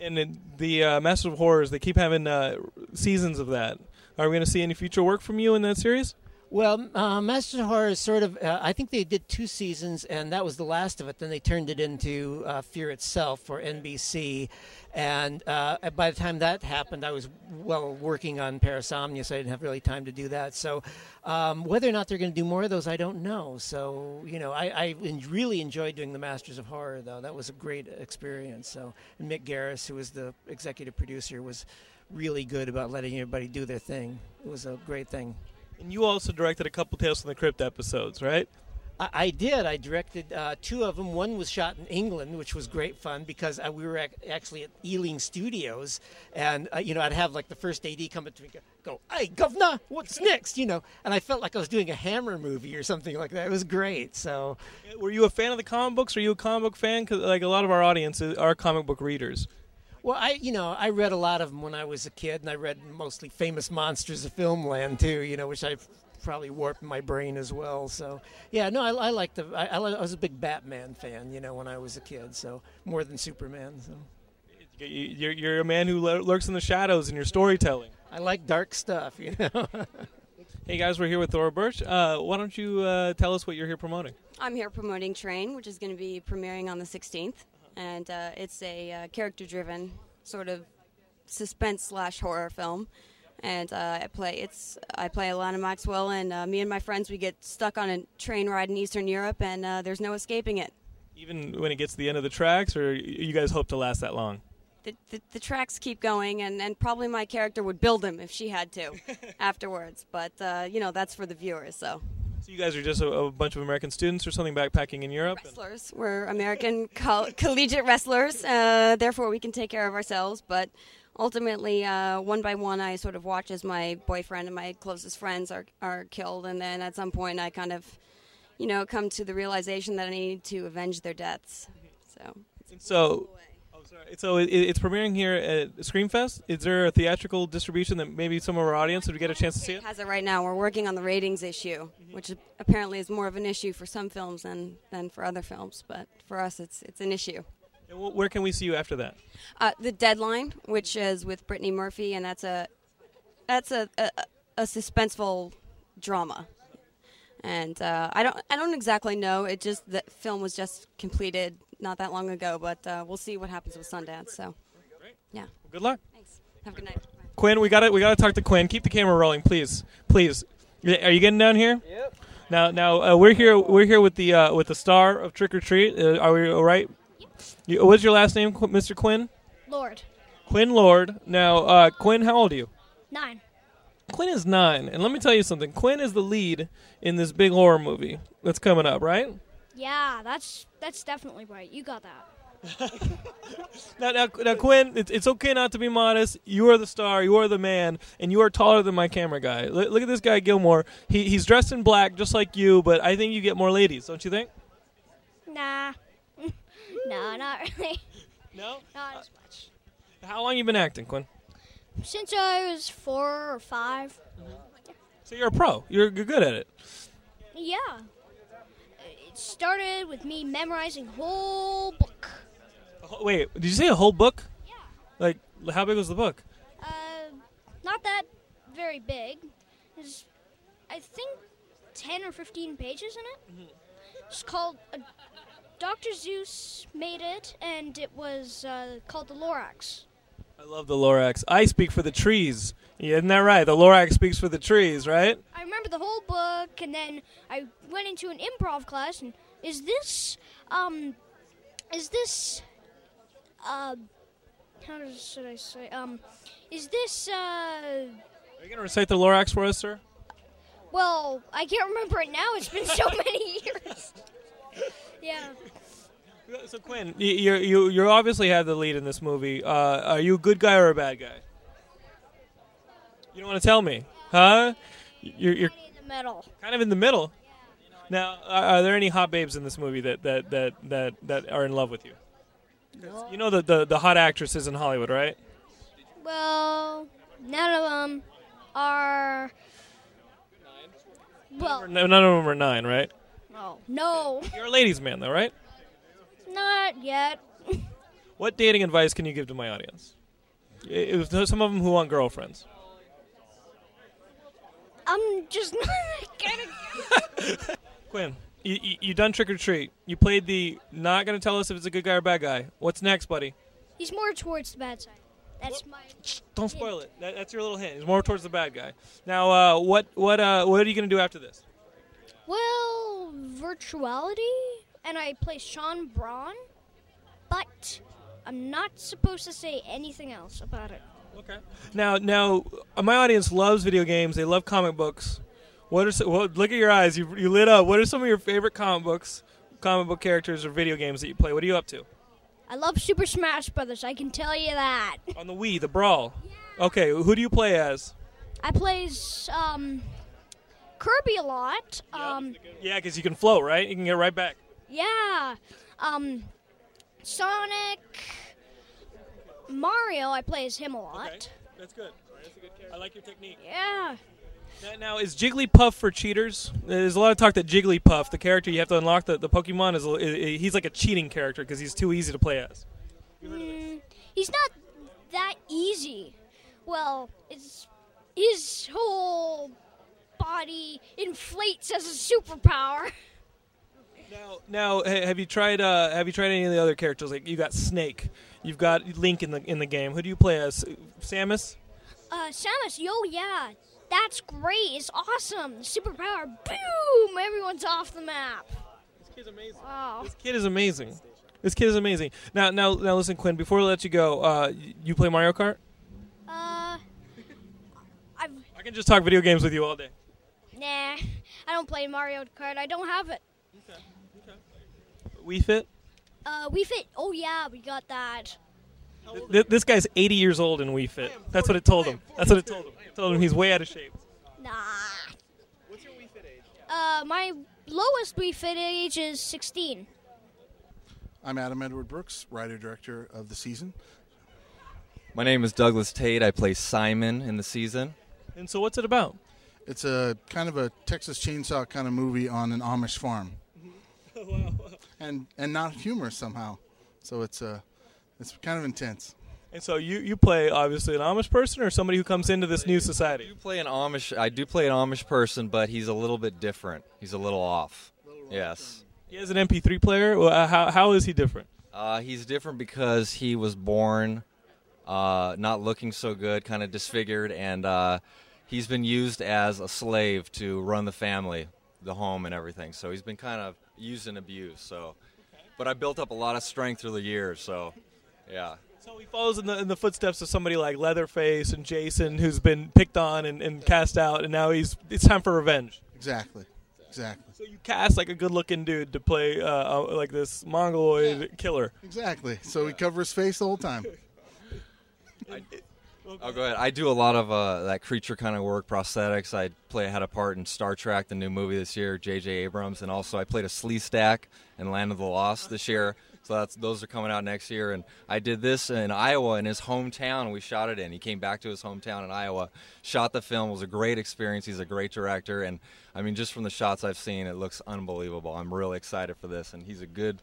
S2: And in the uh, Master of Horrors, they keep having uh, seasons of that. Are we going to see any future work from you in that series?
S11: Well, uh, Masters of Horror is sort of, uh, I think they did two seasons, and that was the last of it. Then they turned it into uh, Fear itself for NBC. And uh, by the time that happened, I was, well, working on Parasomnia, so I didn't have really time to do that. So um, whether or not they're going to do more of those, I don't know. So, you know, I, I en- really enjoyed doing the Masters of Horror, though. That was a great experience. So, and Mick Garris, who was the executive producer, was really good about letting everybody do their thing. It was a great thing.
S2: And you also directed a couple Tales from the Crypt episodes, right?
S11: I, I did. I directed uh, two of them. One was shot in England, which was great fun because uh we were ac- actually at Ealing Studios, and uh, you know I'd have like the first AD come up to me and go, "Hey, governor, what's next?" You know, and I felt like I was doing a Hammer movie or something like that. It was great. So
S2: Were you a fan of the comic books? Are you a comic book fan? Because like a lot of our audience is, are comic book readers.
S11: Well, I you know I read a lot of them when I was a kid, and I read mostly famous monsters of film land too. You know, which I probably warped my brain as well. So yeah, no, I, I like the I, I li- I was a big Batman fan. You know, when I was a kid, so more than Superman. So
S2: You- You're, you're a man who lur- lurks in the shadows in your storytelling.
S11: I like dark stuff. You know.
S2: Hey guys, we're here with Thora Birch. Uh, why don't you uh, tell us what you're here promoting?
S12: I'm here promoting Train, which is going to be premiering on the 16th, and uh, it's a uh, character-driven sort of suspense slash horror film. And uh, I play it's I play Alana Maxwell, and uh, me and my friends we get stuck on a train ride in Eastern Europe, and uh, there's no escaping it.
S2: Even when it gets to the end of the tracks, or y- you guys hope to last that long?
S12: The, the, the tracks keep going, and, and probably my character would build them if she had to afterwards. But uh, you know that's for the viewers. So
S2: So you guys are just a, a bunch of American students or something backpacking in Europe? and-
S12: wrestlers, we're American col- collegiate wrestlers. Uh, therefore, we can take care of ourselves. But ultimately, uh, one by one, I sort of watch as my boyfriend and my closest friends are are killed, and then at some point, I kind of, you know, come to the realization that I need to avenge their deaths. So
S2: So, oh, sorry. so it, it's premiering here at Screamfest. Is there a theatrical distribution that maybe some of our audience would get a chance to see it?
S12: it has it right now. We're working on the ratings issue, which apparently is more of an issue for some films than than for other films. But for us, it's it's an issue.
S2: And wh- where can we see you after that?
S12: Uh, the deadline, which is with Brittany Murphy, and that's a that's a a, a suspenseful drama. And uh, I don't I don't exactly know. It just the film was just completed not that long ago, but uh, we'll see what happens with Sundance. So, yeah,
S2: Good luck,
S12: thanks. Have a good night.
S2: Quinn. We got to we got to talk to Quinn. Keep the camera rolling, please, please. Y- Are you getting down here? Yep. Now, now uh, we're here. We're here with the uh, with the star of Trick or Treat. Uh, are we all right? You, uh, what's your last name, Qu- Mr. Quinn?
S13: Lord.
S2: Quinn Lord. Now, uh, Quinn, how old are you?
S13: Nine.
S2: Quinn is nine, and let me tell you something. Quinn is the lead in this big horror movie that's coming up, right?
S13: Yeah, that's that's definitely right. You got that.
S2: Now, now, now Quinn, it's, it's okay not to be modest. You are the star. You are the man, and you are taller than my camera guy. L- look at this guy, Gilmore. He, he's dressed in black, just like you, but I think you get more ladies, don't you think?
S13: Nah. no, not really.
S2: No.
S13: Not as much.
S2: How long you been acting, Quinn?
S13: Since I was four or five.
S2: So you're a pro. You're, you're good at it.
S13: Yeah. It started with me memorizing whole book.
S2: Oh, wait, did you say a whole book? Yeah. Like, how big was the book?
S13: Uh, not that very big. There's, I think, 10 or 15 pages in it. It's called. Uh, Dr. Zeus made it, and it was uh, called the Lorax.
S2: I love the Lorax. I speak for the trees. Yeah, isn't that right? The Lorax speaks for the trees, right?
S13: I remember the whole book, and then I went into an improv class. And is this, um, is this, uh, how does- should I say, um, is this, uh,
S2: Are you gonna recite the Lorax for us, sir?
S13: well, I can't remember it now. It's been so many years. yeah.
S2: So Quinn, you you you you obviously have the lead in this movie. Uh, are you a good guy or a bad guy? You don't want to tell me, huh? You're, you're
S13: In the middle.
S2: kind of in the middle. Now, are, are there any hot babes in this movie that that that that, that are in love with you? You know the, the the hot actresses in Hollywood, right?
S13: Well, none of them are. Well,
S2: No, none of them are nine, right?
S13: no, no,
S2: You're a ladies' man, though, right?
S13: not yet.
S2: What dating advice can you give to my audience? It, it was there's some of them who want girlfriends.
S13: I'm just not that kind of.
S2: Quinn, you, you, you done trick or treat. You played the not going to tell us if it's a good guy or bad guy. What's next, buddy?
S13: He's more towards the bad side. That's my.
S2: Don't spoil it. That, that's your little hint. It's more towards the bad guy. Now, uh, what what uh, what are you going to do after this?
S13: Well, virtuality, and I play Sean Braun, but I'm not supposed to say anything else about it.
S2: Okay. Now, now uh, my audience loves video games. They love comic books. What are so, what, look at your eyes? You, you lit up. What are some of your favorite comic books, comic book characters, or video games that you play? What are you up to
S13: I love Super Smash Brothers. I can tell you that.
S2: on the Wii? The Brawl. Okay, who do you play as?
S13: I plays um, Kirby a lot. Um,
S2: Yeah, because you can float, right? You can get right back.
S13: yeah. Um, Sonic, Mario. I plays him a lot.
S2: That's good. That's a good character. I like your technique.
S13: Yeah.
S2: Now, now, is Jigglypuff for cheaters? There's a lot of talk that Jigglypuff, the character you have to unlock the, the Pokemon, is, is he's like a cheating character because he's too easy to play as.
S13: Hmm, He's not that easy. Well, it's his whole body inflates as a superpower.
S2: Now, ha- have you tried uh, have you tried any of the other characters? Like you got Snake, you've got Link in the in the game. Who do you play as? Samus.
S13: Uh, Samus, yo, yeah, that's great. It's awesome. Superpower, boom! Everyone's off the map. This kid's amazing. Wow.
S2: Kid is amazing. This kid is amazing. Now, now, now, listen, Quinn. Before I let you go, uh, y- you play Mario Kart.
S13: Uh, I've
S2: I can just talk video games with you all day.
S13: nah. I don't play Mario Kart. I don't have it.
S2: We Fit.
S13: Uh, we fit. Oh yeah, we got that.
S2: Th- this guy's 80 years old in We Fit. That's what it told him. That's what it told him. It told him he's way out of shape.
S13: Nah. Uh, my lowest we fit age is 16.
S6: I'm Adam Edward Brooks, writer director of the season.
S14: My name is Douglas Tate. I play Simon in the season.
S2: And so, what's it about?
S6: It's a kind of a Texas Chainsaw kind of movie on an Amish farm, and and not humorous somehow. So it's uh, it's kind of intense.
S2: And so, you you play obviously an Amish person or somebody who comes into this new society.
S14: I play an Amish. I do play an Amish person, but he's a little bit different. He's a little off. Yes.
S2: He has an MP3 player. Well, uh, how how is he different?
S14: Uh, he's different because he was born uh, not looking so good, kind of disfigured, and uh, he's been used as a slave to run the family, the home, and everything. So he's been kind of used and abused. So, but I built up a lot of strength through the years. So, yeah.
S2: So he follows in the in the footsteps of somebody like Leatherface and Jason, who's been picked on and, and cast out, and now he's it's time for revenge.
S6: Exactly. Exactly.
S2: So you cast like a good-looking dude to play uh, uh, like this mongoloid killer.
S6: Exactly. So we cover his face the whole time.
S14: Oh, go ahead. I do a lot of uh, that creature kind of work, prosthetics. I play had a part in Star Trek, the new movie this year, J.J. Abrams, and also I played a Slee Stack in Land of the Lost this year. So that's those are coming out next year. And I did this in Iowa in his hometown. We shot it in. He came back to his hometown in Iowa, shot the film. It was a great experience. He's a great director, and I mean, just from the shots I've seen, it looks unbelievable. I'm really excited for this, and he's a good.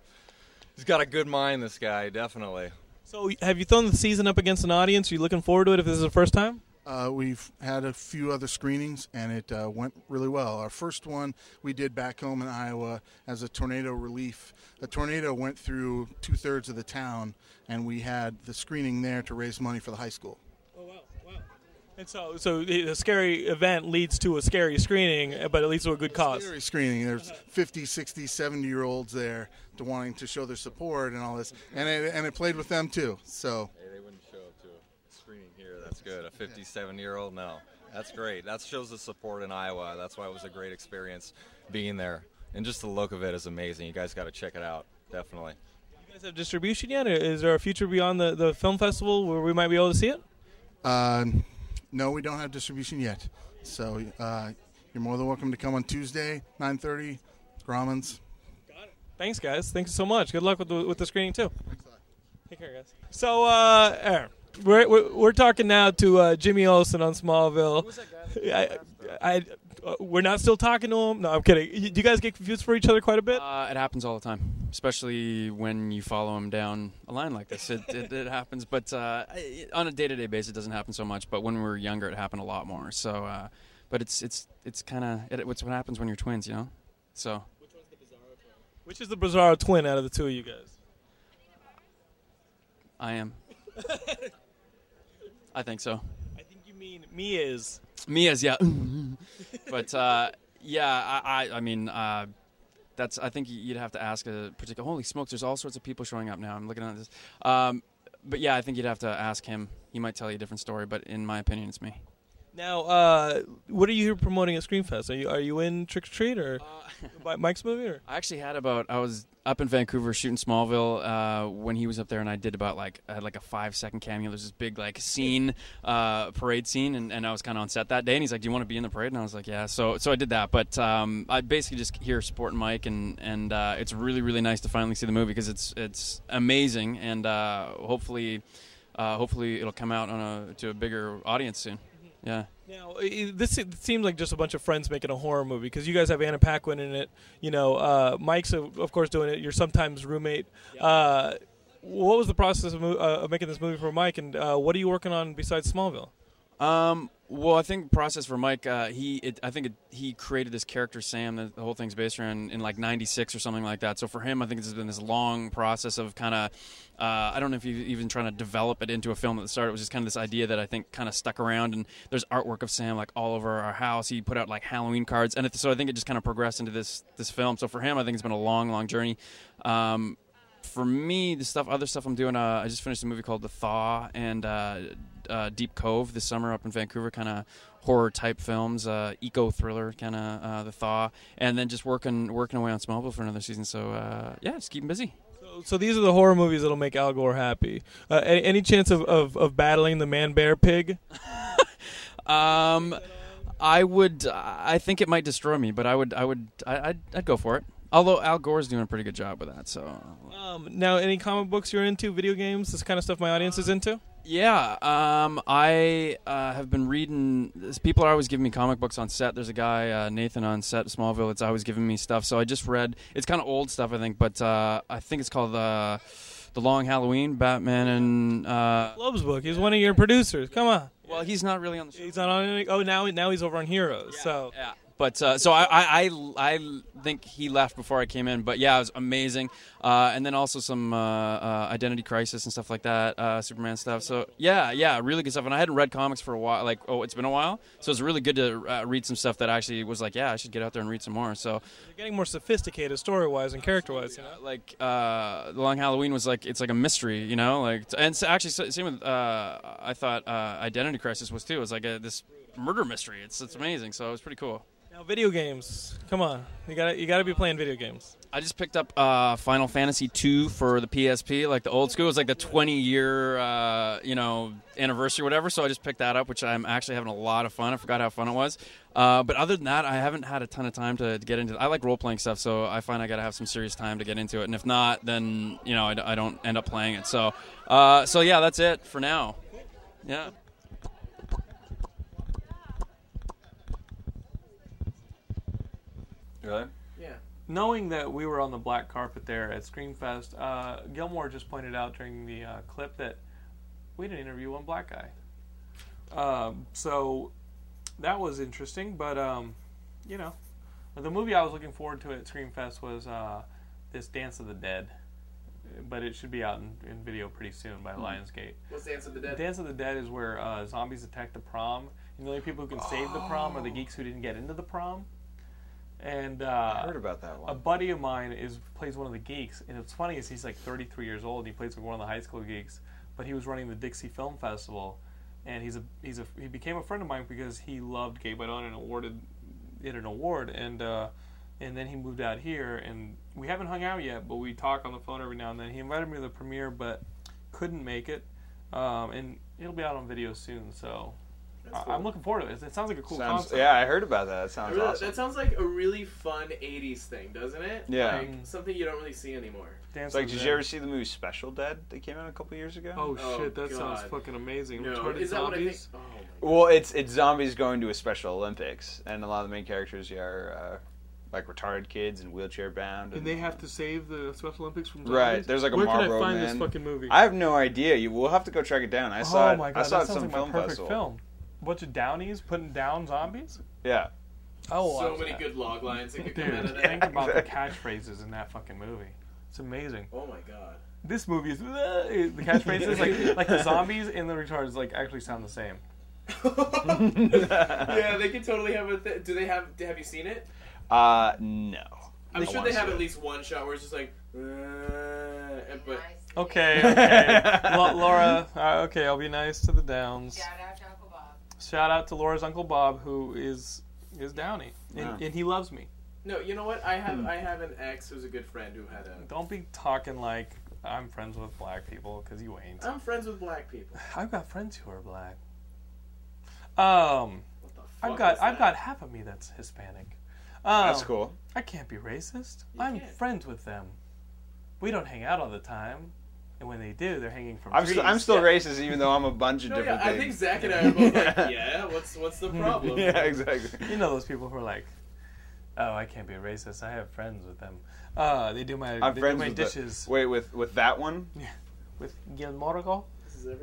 S14: He's got a good mind, this guy, definitely.
S2: So have you thrown the season up against an audience? Are you looking forward to it if this is the first time?
S6: Uh, we've had a few other screenings and it uh, went really well. Our first one we did back home in Iowa as a tornado relief. A tornado went through two thirds of the town, and we had the screening there to raise money for the high school.
S2: And so, so the scary event leads to a scary screening, uh, but it leads to a good cause.
S6: Very screening. There's 50, 60, 70 year olds there to wanting to show their support and all this, and it, and it played with them too. So
S14: Hey, they wouldn't show up to a screening here. That's good. A 57 year old? No. That's great. That shows the support in Iowa. That's why it was a great experience being there. And just the look of it is amazing. You guys got to check it out. Definitely.
S2: You guys have distribution yet? Or Is there a future beyond the, the film festival where we might be able to see it?
S6: Uh, no, we don't have distribution yet. So uh, you're more than welcome to come on Tuesday, 9:30, Grauman's.
S2: Thanks, guys. Thanks so much. Good luck with the, with the screening too. Take care, guys. So, uh, Aaron, we're, we're, we're talking now to uh, Jimmy Olsen on Smallville. I, I, uh, we're not still talking to him. No, I'm kidding. You, you guys get confused for each other quite a bit.
S15: Uh, it happens all the time, especially when you follow him down a line like this. It, it, it happens, but uh, I- on a day-to-day basis, it doesn't happen so much. But when we were younger, it happened a lot more. So, uh, but it's it's it's kind of it, it's what happens when you're twins, you know. So
S2: Which is the bizarro twin out of the two of you guys?
S15: I am. I think so.
S2: You mean me is?
S15: Mia's, yeah. but uh, yeah, I, I, I mean, uh, that's. I think you'd have to ask a particular. Holy smokes! There's all sorts of people showing up now. I'm looking at this. Um, but yeah, I think you'd have to ask him. He might tell you a different story. But in my opinion, it's me.
S6: Now, uh, what are you promoting at Screenfest? Are you are you in Trick or Treat or Mi- Mike's movie? Or?
S15: I actually had about I was up in Vancouver shooting Smallville uh, when he was up there, and I did about like I had like a five second cameo. There's this big like scene, uh, parade scene, and, and I was kind of on set that day. And he's like, "Do you want to be in the parade?" And I was like, "Yeah." So so I did that, but um, I basically just here supporting Mike, and and uh, it's really really nice to finally see the movie because it's it's amazing, and uh, hopefully uh, hopefully it'll come out on a to a bigger audience soon. Yeah.
S6: Now, i- this se- seems like just a bunch of friends making a horror movie because you guys have Anna Paquin in it. You know, uh, Mike's of, of course doing it. Your sometimes roommate. Uh, what was the process of, mo- uh, of making this movie for Mike, and uh, what are you working on besides Smallville?
S15: Um, well, I think process for Mike. Uh, he, it, I think it, he created this character Sam that the whole thing's based around in like '96 or something like that. So for him, I think it's been this long process of kind of. Uh, I don't know if he's even trying to develop it into a film at the start. It was just kind of this idea that I think kind of stuck around, and there's artwork of Sam like all over our house. He put out like Halloween cards, and it, so I think it just kind of progressed into this this film. So for him, I think it's been a long, long journey. Um, for me, the stuff, other stuff I'm doing, uh, I just finished a movie called The Thaw and uh, uh, Deep Cove this summer up in Vancouver, kind of horror type films, uh, eco thriller, kind of uh, The Thaw, and then just working working away on Smallville for another season. So uh, yeah, just keeping busy.
S6: So, so these are the horror movies that'll make Al Gore happy. Uh, any, any chance of, of, of battling the man bear pig?
S15: Um, I would, I think it might destroy me, but I would, I would, I, I'd, I'd go for it. Although Al Gore's doing a pretty good job with that, so
S6: Um, now, any comic books you're into, video games, this kind of stuff my audience is into?
S15: Yeah, um, I uh, have been reading. this- People are always giving me comic books on set. There's a guy uh, Nathan on set at Smallville. It's always giving me stuff. So I just read. It's kind of old stuff, I think, but uh, I think it's called the the Long Halloween. Batman and uh,
S6: Love's book. He's one of your producers. Come on.
S15: Well, he's not really on the show.
S6: He's not on any. Oh, now now he's over on Heroes. so
S15: yeah. But uh, so I, I, I, I think he left before I came in. But yeah, it was amazing. Uh, and then also some uh, uh, Identity Crisis and stuff like that, uh, Superman stuff. So yeah, yeah, really good stuff. And I hadn't read comics for a while. Like, oh, it's been a while. So it's really good to uh, read some stuff that actually was like, yeah, I should get out there and read some more. So
S6: They're getting more sophisticated story wise and character wise. You know?
S15: like uh, the long Halloween was like it's like a mystery, you know. Like and so actually, so- same with uh, I thought uh, Identity Crisis was too. It was like a, this murder mystery. It's it's amazing. So it was pretty cool.
S6: Now, video games. Come on, you got to you got to be playing video games.
S15: I just picked up uh, Final Fantasy II for the PSP, like the old school. It was like the 20 year, uh, you know, anniversary, or whatever. So I just picked that up, which I'm actually having a lot of fun. I forgot how fun it was. Uh, but other than that, I haven't had a ton of time to, to get into. I like role playing stuff, so I find I got to have some serious time to get into it. And if not, then you know I, d- I don't end up playing it. So, uh, so yeah, that's it for now. Yeah.
S3: Really?
S4: Yeah.
S2: Knowing that we were on the black carpet there at Screamfest, uh, Gilmore just pointed out during the uh, clip that we didn't interview one black guy. Um, so that was interesting, but um, you know, the movie I was looking forward to at Screamfest was uh, this Dance of the Dead, but it should be out in, in video pretty soon by Lionsgate.
S4: What's Dance of the Dead?
S2: Dance of the Dead is where uh, zombies attack the prom, and the only people who can save the prom are the geeks who didn't get into the prom. And uh,
S3: Oh. I heard about that one.
S2: A buddy of mine is plays one of the geeks, and it's funny is he's like 33 years old. And he plays with one of the high school geeks, but he was running the Dixie Film Festival, and he's a he's a he became a friend of mine because he loved Gay by Dawn and awarded it an award, and uh, and then he moved out here, and we haven't hung out yet, but we talk on the phone every now and then. He invited me to the premiere, but couldn't make it, um, and it'll be out on video soon. So I- I'm looking forward to it. It sounds like a cool
S3: Sounds-
S2: concept.
S3: yeah, I heard about that. That sounds
S4: Really-
S3: awesome.
S4: That sounds like a really fun '80s thing, doesn't it?
S3: Yeah.
S4: Like, something you don't really see anymore.
S2: Dance
S3: It's like,
S2: of the
S3: did
S2: Dead.
S3: you ever see the movie Special Dead that came out a couple years ago?
S2: Oh,
S4: Oh,
S2: shit, that sounds
S4: God.
S2: fucking amazing.
S4: No,
S2: Retarded
S4: is that what I think?
S2: zombies.
S4: Oh, my
S3: Well, it's it's zombies going to a Special Olympics, and a lot of the main characters are uh, like retarded kids and wheelchair bound.
S2: And they have to save the Special Olympics from zombies?
S3: Right, there's like a
S2: Where
S3: Marlboro
S2: can I find
S3: man.
S2: this fucking movie?
S3: I have no idea. You will have to go track it down. I saw
S2: oh
S3: it.
S2: my
S3: I
S2: god,
S3: saw it at
S2: that
S3: some
S2: sounds like
S3: film
S2: a perfect
S3: festival.
S2: film. Bunch of downies putting down zombies.
S3: Yeah,
S2: Oh,
S4: so
S2: wow.
S4: many good log lines that could come out
S2: Dude,
S4: of that.
S2: think about the catchphrases in that fucking movie. It's amazing.
S4: Oh my god.
S2: This movie is the catchphrases like like the zombies and the retards like actually sound the same.
S4: yeah, they could totally have a. Th- do they have? Have you seen it?
S3: Uh, no.
S4: I'm
S3: I
S4: sure
S3: wanna
S4: they have
S3: see
S4: at
S3: it.
S4: least one shot where it's just like, uh, and- but
S2: Okay, okay. La- Laura, uh, okay, I'll be nice to the downs.
S16: Shout out to Uncle Bob.
S2: Shout out to Laura's uncle Bob, who is is Downey, and,
S4: Wow.
S2: and he loves me.
S4: No, you know what? I have I have an ex who's a good friend who had a.
S2: Don't be talking like I'm friends with black people because you ain't.
S4: I'm friends with black people.
S2: I've got friends who are black. Um, I've got
S4: is
S2: I've
S4: that?
S2: got half of me that's Hispanic. Um,
S3: That's cool.
S2: I can't be racist. I'm friends with them. We don't hang out all the time, and when they do, they're hanging from
S3: I'm
S2: trees.
S3: still, I'm still racist, even though I'm a bunch of
S2: No, yeah,
S3: different
S2: I
S3: things.
S2: think
S4: Zach and I are both like, yeah, what's what's the problem?
S3: yeah, exactly.
S2: You know those people who are like, oh, I can't be racist. I have friends with them. Uh, they do my
S3: I'm
S2: they do
S3: friends
S2: my
S3: with the-
S2: dishes
S3: wait, with with that one?
S2: with Guillermo,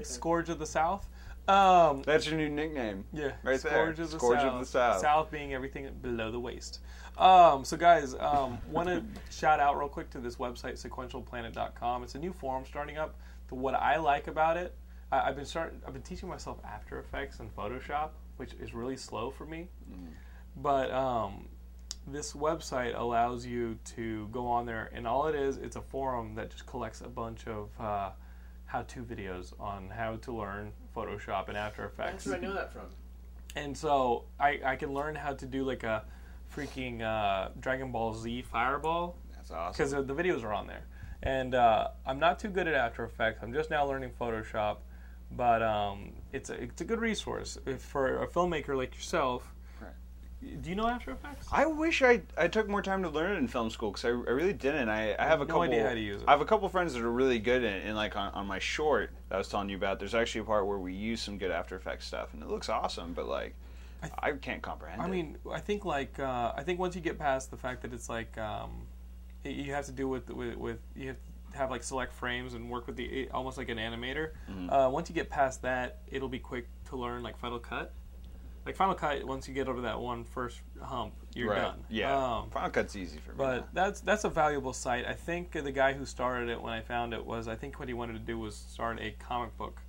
S2: Scourge of the South. Um,
S3: That's your new nickname.
S2: Yeah,
S3: right
S2: Scourge
S3: there.
S2: Of the
S3: Scourge
S2: South.
S3: of the South.
S2: South being everything below the waist. Um, so, guys, um, want to shout out real quick to this website, sequentialplanet.com. It's a new forum starting up. The, what I like about it, I, I've been start, I've been teaching myself After Effects and Photoshop, which is really slow for me. But um, this website allows you to go on there, and all it is, it's a forum that just collects a bunch of uh, how-to videos on how to learn Photoshop and After Effects.
S4: That's where I know that from.
S2: And so I, I can learn how to do like a freaking uh, Dragon Ball Z fireball.
S3: That's awesome.
S2: Because the videos are on there. And uh, I'm not too good at After Effects. I'm just now learning Photoshop. But um, it's, a, it's a good resource if for a filmmaker like yourself. Do you know After Effects?
S3: I wish I, I took more time to learn it in film school because I, I really didn't. I, I have a
S2: No
S3: couple
S2: idea how to use it.
S3: I have a couple friends that are really good in it, and like on, on my short that I was telling you about. There's actually a part where we use some good After Effects stuff, and it looks awesome. But like, I, can't comprehend.
S2: I
S3: it.
S2: mean, I think like uh, I think once you get past the fact that it's like um, y- you have to do with, with with you have to have like select frames and work with the almost like an animator.
S3: Mhm.
S2: Uh, once you get past that, it'll be quick to learn like Final Cut. Like Final Cut, once you get over that one first hump, you're
S3: Right.
S2: done.
S3: Yeah,
S2: Um,
S3: Final Cut's easy for me.
S2: but that's that's a valuable site. I think the guy who started it when I found it was I think what he wanted to do was start a comic book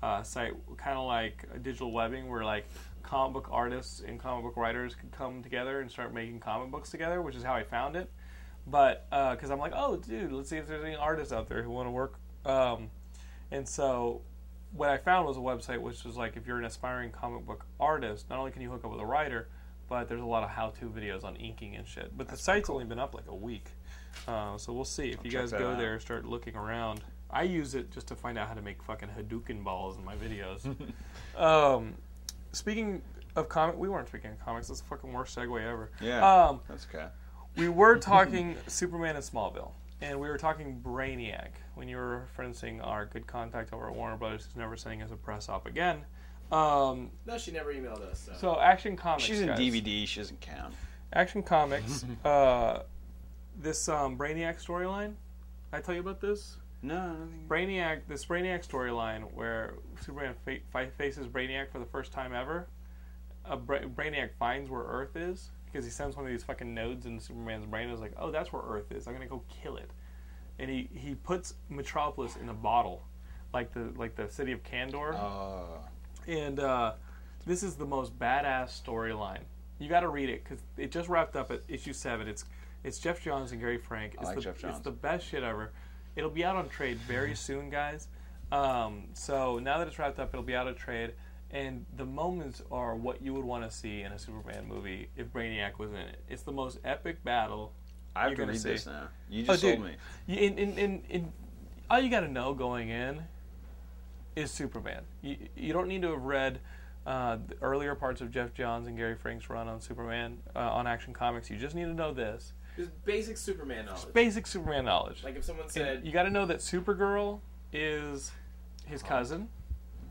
S2: uh, site, kind of like a digital webbing, where like comic book artists and comic book writers could come together and start making comic books together, which is how I found it. But because I'm like, oh, dude, let's see if there's any artists out there who want to work. Um, and so what I found was a website which was like if you're an aspiring comic book artist, not only can you hook up with a writer, but there's a lot of how-to videos on inking and shit. But the site's only been up like a week, uh, so we'll see if
S3: I'll
S2: you
S3: check
S2: guys
S3: that
S2: go
S3: out.
S2: there and start looking around. I use it just to find out how to make fucking Hadouken balls in my videos. um, speaking of comic, we weren't speaking of comics. That's the fucking worst segue ever.
S3: yeah,
S2: Um,
S3: that's okay.
S2: we were talking Superman and Smallville, and we were talking Brainiac when you were referencing our good contact over at Warner Brothers, who's never sending us a press op again. Um,
S4: No, she never emailed us. So,
S2: so Action Comics.
S3: She's in
S2: guys.
S3: DVD. She doesn't count.
S2: Action Comics. uh, this um, Brainiac storyline. Did I tell you about this?
S3: No, I don't think.
S2: Brainiac. This Brainiac storyline where Superman fa- fi- faces Brainiac for the first time ever. A Bra- Brainiac finds where Earth is because he sends one of these fucking nodes in Superman's brain. and Is like, oh, that's where Earth is. I'm gonna go kill it. And he, he puts Metropolis in a bottle, like the like the city of Kandor. And uh, this is the most badass storyline. You got to read it because it just wrapped up at issue seven. It's it's Jeff Johns and Gary Frank. It's
S3: like
S2: the,
S3: Jeff Johns.
S2: It's the best shit ever. It'll be out on trade
S3: Mm-hmm.
S2: very soon, guys. Um, so now that it's wrapped up, it'll be out of trade. And the moments are what you would want to see in a Superman movie if Brainiac was in it. It's the most epic battle.
S3: I have
S2: you're
S3: to
S2: gonna
S3: read
S2: see. Oh,
S3: this now. You just
S2: dude.
S3: sold me.
S2: You, in, in, in, in, all you got to know going in is Superman. You, you don't need to have read uh, the earlier parts of Jeff Johns and Gary Frank's run on Superman uh, on Action Comics. You just need to know this
S4: just basic Superman knowledge.
S2: basic Superman knowledge.
S4: Like if someone
S2: And
S4: said-
S2: you got to know that Supergirl is his cousin,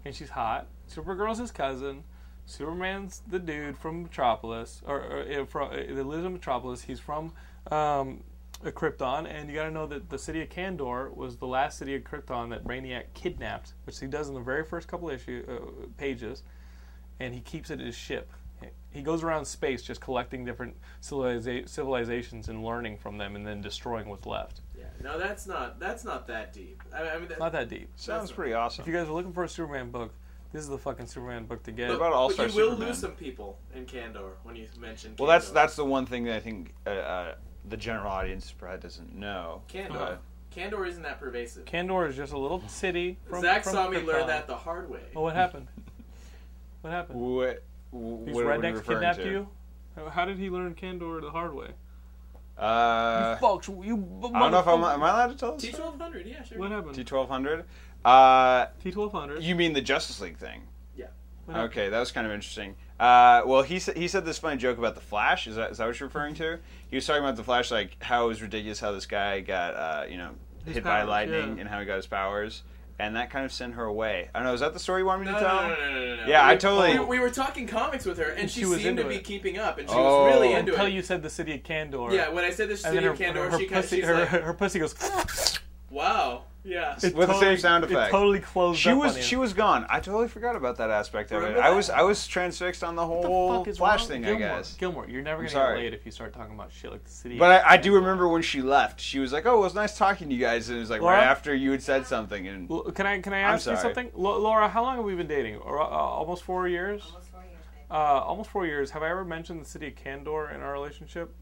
S2: and she's hot. Supergirl's his cousin. Superman's the dude from Metropolis, or, or uh, from uh, that lives in Metropolis. He's from um, uh, Krypton, and you got to know that the city of Kandor was the last city of Krypton that Brainiac kidnapped, which he does in the very first couple issue uh, pages, and he keeps it at his ship. He goes around space just collecting different civiliza- civilizations and learning from them, and then destroying what's left.
S4: Yeah. No, that's not that's not that deep. I, I mean, that,
S2: It's not that deep.
S3: Sounds pretty awesome.
S2: If you guys are looking for a Superman book, this is the fucking Superman book to get.
S3: What about All-Star
S4: but you will
S3: Superman?
S4: lose some people in Candor when you mention.
S3: Well, that's that's the one thing that I think uh, uh, the general audience probably doesn't know.
S4: Candor.
S3: Uh,
S4: Candor isn't that pervasive.
S2: Kandor is just a little city. From,
S4: Zach
S2: from
S4: saw me
S2: Krypton.
S4: learn that the hard way.
S2: Well, what happened? What happened?
S3: What?
S2: These
S3: what are we
S2: rednecks
S3: referring
S2: kidnapped
S3: to?
S2: you. How- How did he learn Candor the hard way?
S3: Uh,
S2: you folks, you. b-
S3: I don't know if I'm.
S2: motherfuckers.
S3: Oh, Am I allowed to tell this?
S4: T twelve hundred, yeah, sure.
S2: What happened?
S3: T twelve hundred. Uh,
S2: T twelve hundred.
S3: You mean the Justice League thing?
S4: Yeah.
S3: Okay, that was kind of interesting. Uh, well, he said he said this funny joke about the Flash. Is that is that what you're referring to? He was talking about the Flash, like how it was ridiculous how this guy got uh, you know
S2: His
S3: hit by
S2: powers,
S3: lightning
S2: yeah.
S3: and how he got his powers, and that kind of sent her away. I don't know. Is that the story you want me
S4: No,
S3: to
S4: no,
S3: tell?
S4: no, no, no, no, no.
S3: Yeah,
S4: we,
S3: I totally.
S4: We, we were talking comics with her, and she,
S2: She was
S4: seemed to
S2: into
S4: be
S2: it.
S4: keeping up, and she
S3: Oh.
S4: was really into
S2: Until
S4: it.
S2: you said the city of Candor.
S4: Yeah, when I said the
S2: And then
S4: city of
S2: her-
S4: Candor,
S2: her
S4: she kind of
S2: pussy,
S4: she's
S2: her,
S4: like,
S2: her pussy goes.
S4: "Wow, yeah."
S2: It
S3: With the same sound
S2: It
S3: effect.
S2: totally closed
S3: she
S2: up
S3: was
S2: on you.
S3: she was gone. I totally forgot about that aspect of it.
S4: Remember
S3: I
S4: that?
S3: was I was transfixed on the
S2: What the
S3: whole
S2: fuck is
S3: Flash
S2: wrong-
S3: thing.
S2: Gilmore,
S3: I guess.
S2: Gilmore, you're never
S3: I'm
S2: gonna
S3: sorry.
S2: get laid if you start talking about shit like the city.
S3: But I, I do remember when she left, she was like, "Oh, it was nice talking to you guys," and it was like right
S2: Laura?
S3: after you had said something. And
S2: L- Can I can I
S3: I'm
S2: ask you
S3: sorry.
S2: something, L- Laura? How long have we been dating? Or, uh, almost four years. Uh, almost four years. Have I ever mentioned the city of Candor in our relationship?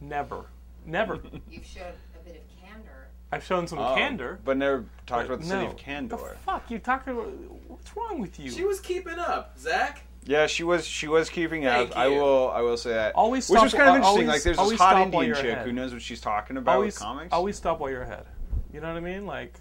S2: Never. Never. Never.
S5: You've showed a bit of candor.
S2: I've shown some
S3: Oh,
S2: candor.
S3: but never talked about the city
S2: no.
S3: of Candor.
S2: Fuck, you talking. What's wrong with you?
S4: She was keeping up, Zach.
S3: Yeah, she was she was keeping up.
S4: Thank
S3: I
S4: you.
S3: will I will say that.
S2: Always
S3: which
S2: stop-
S3: was kind of
S2: uh,
S3: interesting.
S2: always-
S3: like, there's
S2: always
S3: this hot
S2: stop while
S3: Indian
S2: you're
S3: chick
S2: ahead.
S3: who knows what she's talking about
S2: always
S3: with comics.
S2: Always stop while you're ahead. You know what I mean? Like,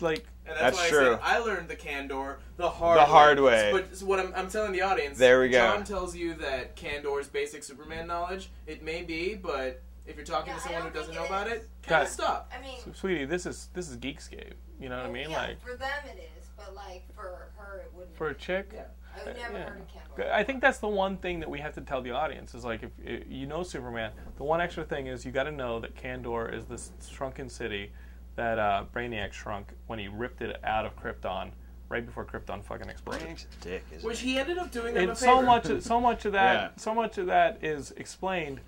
S2: like.
S4: And
S3: That's
S4: that's, why I
S3: true.
S4: said I learned the candor the hard
S3: The hard way.
S4: But s- what I'm, I'm telling the audience,
S3: There we go.
S4: John tells you that candor is basic Superman knowledge. It may be, but if you're talking to
S5: Yeah, I
S4: someone who
S5: don't
S4: doesn't
S5: think
S4: know
S5: it
S4: about
S5: is.
S4: it, kind
S2: Guys.
S4: of stop.
S5: I mean,
S2: Sweetie, this is this is Geekscape. You know what I mean?
S5: yeah,
S2: Like
S5: for them it is, but like for her it wouldn't.
S2: for a chick. Uh,
S4: Yeah.
S5: I would never
S2: yeah.
S5: heard of candor.
S2: I think that's the one thing that we have to tell the audience is like if, if you know Superman, the one extra thing is you got to know that Kandor is this shrunken city that uh, Brainiac shrunk when he ripped it out of Krypton right before Krypton fucking exploded.
S3: Brainiac's a dick, isn't
S4: Which
S3: he?
S4: he ended up doing them a
S2: And so
S4: favor.
S2: much, so much of that,
S3: Yeah.
S2: so much of that is explained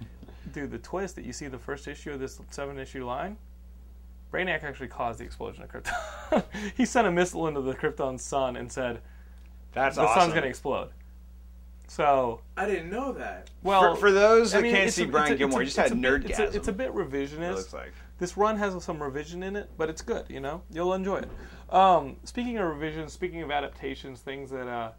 S2: through the twist that you see the first issue of this seven-issue line. Brainiac actually caused the explosion of Krypton. he sent a missile into the Krypton sun and said,
S3: That's
S2: "The
S3: awesome.
S2: sun's going to explode." So
S4: I didn't know that.
S2: well,
S3: for, for those that
S2: I mean,
S3: can't
S2: it's
S3: see
S2: a-
S3: Brian
S2: it's a-
S3: Gilmore, he
S2: it's
S3: just
S2: a-
S3: had
S2: it's a bit- It's
S3: nerdgasm.
S2: a, it's a bit
S3: it
S2: revisionist.
S3: looks like.
S2: This run has some revision in it, but it's good. You know, you'll enjoy it. Um, speaking of revisions, speaking of adaptations, things that uh,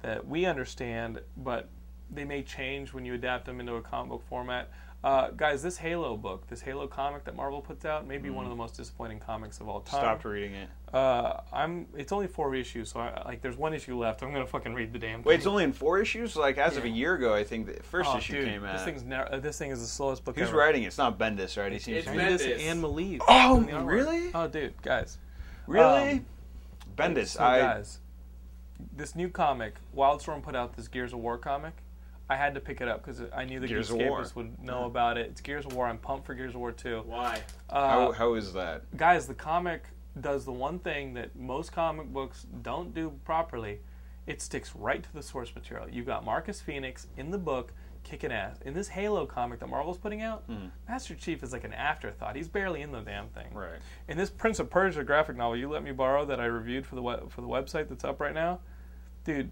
S2: that we understand, but they may change when you adapt them into a comic book format. Uh, guys, this Halo book, this Halo comic that Marvel puts out, may be one of the most disappointing comics of all time.
S3: Mm. Stopped reading it.
S2: Uh, I'm. It's only four issues, so I, like, there's one issue left. I'm gonna fucking read the damn.
S3: Wait,
S2: thing.
S3: it's only in four issues. Like as of a year ago, I think the first
S2: Oh,
S3: issue
S2: dude,
S3: came out.
S2: This thing's nar- uh, this thing is the slowest book
S3: Who's
S2: ever.
S3: writing it? It's not Bendis, right? He seems
S4: It's
S3: to be.
S4: Bendis.
S2: Bendis and Malieve.
S3: Oh,
S2: doing the artwork.
S3: really?
S2: Oh, dude, guys.
S3: Really?
S2: Um,
S3: Bendis.
S2: So,
S3: I
S2: guys, this new comic, Wildstorm put out this Gears of War comic. I had to pick it up because I knew the
S3: Gears of
S2: Geekscapists
S3: War.
S2: would know about it. It's Gears of War. I'm pumped for Gears of War 2.
S4: Why?
S3: how, how is that?
S2: Guys, the comic does the one thing that most comic books don't do properly. It sticks right to the source material. You've got Marcus Phoenix in the book kicking ass. In this Halo comic that Marvel's putting out,
S3: Hmm.
S2: Master Chief is like an afterthought. He's barely in the damn thing.
S3: Right.
S2: In this Prince of Persia graphic novel you let me borrow that I reviewed for the web, for the website that's up right now, dude,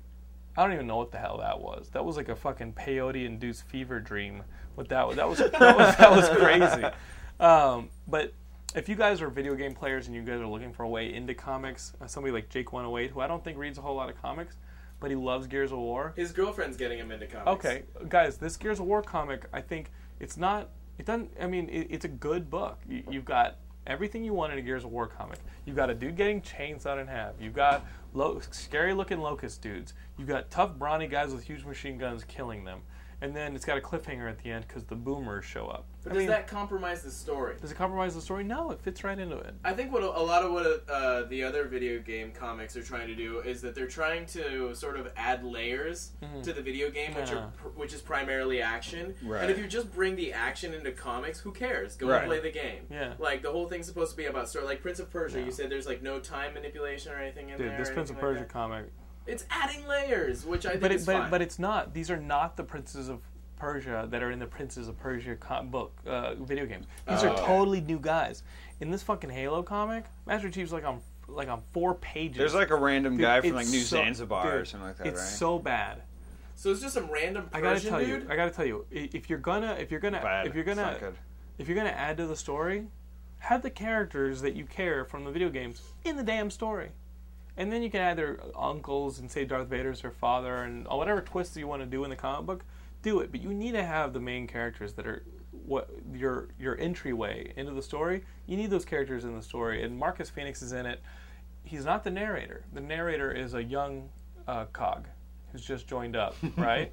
S2: I don't even know what the hell that was. That was like a fucking peyote-induced fever dream. What that was, that was that was, that was crazy. Um, but if you guys are video game players and you guys are looking for a way into comics, uh, somebody like Jake 108, who I don't think reads a whole lot of comics, but he loves Gears of War.
S4: His girlfriend's getting him into comics.
S2: Okay, guys, this Gears of War comic, I think it's not. It doesn't. I mean, it, it's a good book. You, you've got everything you want in a Gears of War comic. You've got a dude getting chainsawed in half. You've got lo- scary-looking locust dudes. You've got tough, brawny guys with huge machine guns killing them. And then it's got a cliffhanger at the end because the boomers show up.
S4: But
S2: I
S4: does
S2: mean,
S4: that compromise the story?
S2: does it compromise the story? No, it fits right into it.
S4: I think what a a lot of what uh, the other video game comics are trying to do is that they're trying to sort of add layers
S2: Mm-hmm.
S4: to the video game, which
S2: Yeah.
S4: are pr- which is primarily action.
S3: Right.
S4: And if you just bring the action into comics, who cares? Go
S3: Right.
S4: and play the game.
S2: Yeah.
S4: Like the whole thing's supposed to be about story. Like Prince of Persia, you said there's like no time manipulation or anything in
S2: Dude,
S4: there.
S2: this
S4: or
S2: Prince of
S4: anything like
S2: Persia
S4: that.
S2: comic
S4: It's adding layers, which I think
S2: but
S4: is
S2: it, but,
S4: fine.
S2: but it's not. These are not the princes of Persia that are in the Princes of Persia co- book uh, video games. These
S4: Oh.
S2: are totally new guys. In this fucking Halo comic, Master Chief's like on like on four pages.
S3: There's like a random
S2: Dude,
S3: guy from
S2: it's
S3: like New
S2: so-
S3: Zanzibar or
S2: dude,
S3: something like that,
S2: It's
S3: right?
S2: so bad.
S4: so it's just some random
S2: I
S4: Persian
S2: gotta tell
S4: dude.
S2: you. I gotta tell you. i- If you're gonna, if you're gonna,
S3: Bad.
S2: if you're
S3: It's
S2: gonna,
S3: not good.
S2: if you're gonna add to the story, have the characters that you care from the video games in the damn story. and then you can add their uncles and say Darth Vader's her father and whatever twists you want to do in the comic book, do it. But you need to have the main characters that are what your your entryway into the story. You need those characters in the story, and Marcus Phoenix is in it. He's not the narrator. The narrator is a young uh, cog who's just joined up, right?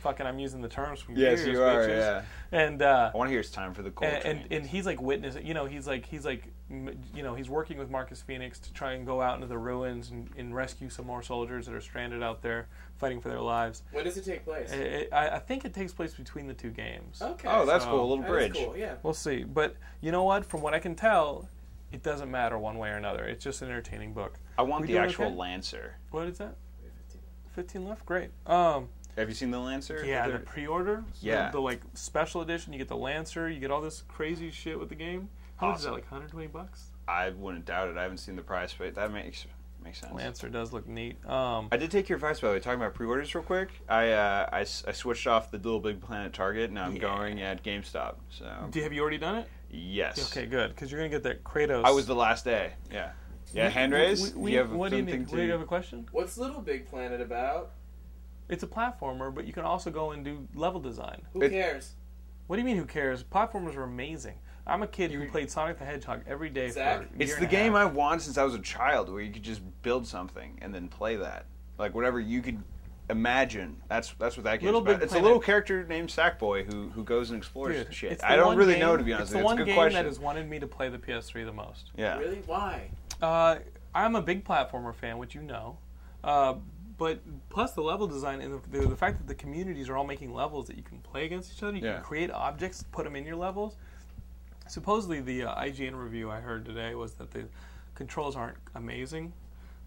S2: Fucking, I'm using the terms from
S3: Yes,
S2: years,
S3: you are,
S2: bitches.
S3: yeah.
S2: And uh,
S3: I want to hear it's time for the cold
S2: and,
S3: train.
S2: and and he's like witnessing. You know, he's like he's like m- you know he's working with Marcus Phoenix to try and go out into the ruins and, and rescue some more soldiers that are stranded out there fighting for their lives.
S4: When does it take place?
S2: I- I, I think it takes place between the two games.
S4: Okay. Oh, that's cool, a little That is bridge. cool, yeah.
S2: We'll see, but you know what? From what I can tell, it doesn't matter one way or another. It's just an entertaining book.
S3: I want
S2: We
S3: the
S2: doing
S3: actual
S2: okay?
S3: Lancer.
S2: What is that? Fifteen left. Great. Um,
S3: Have you seen the Lancer?
S2: yeah, the
S3: They're-
S2: pre-order.
S3: Yeah.
S2: The, the, like special edition. You get the Lancer. You get all this crazy shit with the game. How much is that?
S3: Awesome.
S2: Like 120 bucks?
S3: I wouldn't doubt it. I haven't seen the price, but that makes makes sense.
S2: Lancer does look neat. Um,
S3: I did take your advice by the way. Talking about pre-orders real quick, I uh, I, s- I switched off the Little Big Planet Target. Now I'm going at GameStop. So
S2: Do you, have you already done it?
S3: um, yes,
S2: Okay, good. Because you're gonna get that Kratos.
S3: I was the last day. Yeah, yeah.
S2: We-
S3: Hand
S2: we-
S3: raise.
S2: we-
S3: you have
S2: what do you need-
S3: something
S2: what do you have a question?
S4: What's Little Big Planet about?
S2: It's a platformer, but you can also go and do level design.
S4: Who It- cares?
S2: What do you mean? Who cares? Platformers are amazing. I'm a kid who played Sonic the Hedgehog every day.
S3: Zach?
S2: for a
S3: It's
S2: year
S3: the
S2: and a half.
S3: game I wanted since I was a child, where you could just build something and then play that, like whatever you could imagine. That's that's what that game.
S2: Little
S3: is about.
S2: Big
S3: it's
S2: Planet.
S3: a little character named Sackboy who who goes and explores
S2: Dude,
S3: shit.
S2: it's the
S3: I don't
S2: one
S3: really
S2: game-
S3: know to be honest. with
S2: It's the
S3: you.
S2: one
S3: a good
S2: game
S3: question.
S2: that has wanted me to play the PS3 the most.
S3: Yeah.
S4: Really? Why?
S2: Uh, I'm a big platformer fan, which you know. Uh, but plus the level design and the, the, the fact that the communities are all making levels that you can play against each other. You
S3: Yeah.
S2: can create objects, put them in your levels. Supposedly, the uh, IGN review I heard today was that the controls aren't amazing,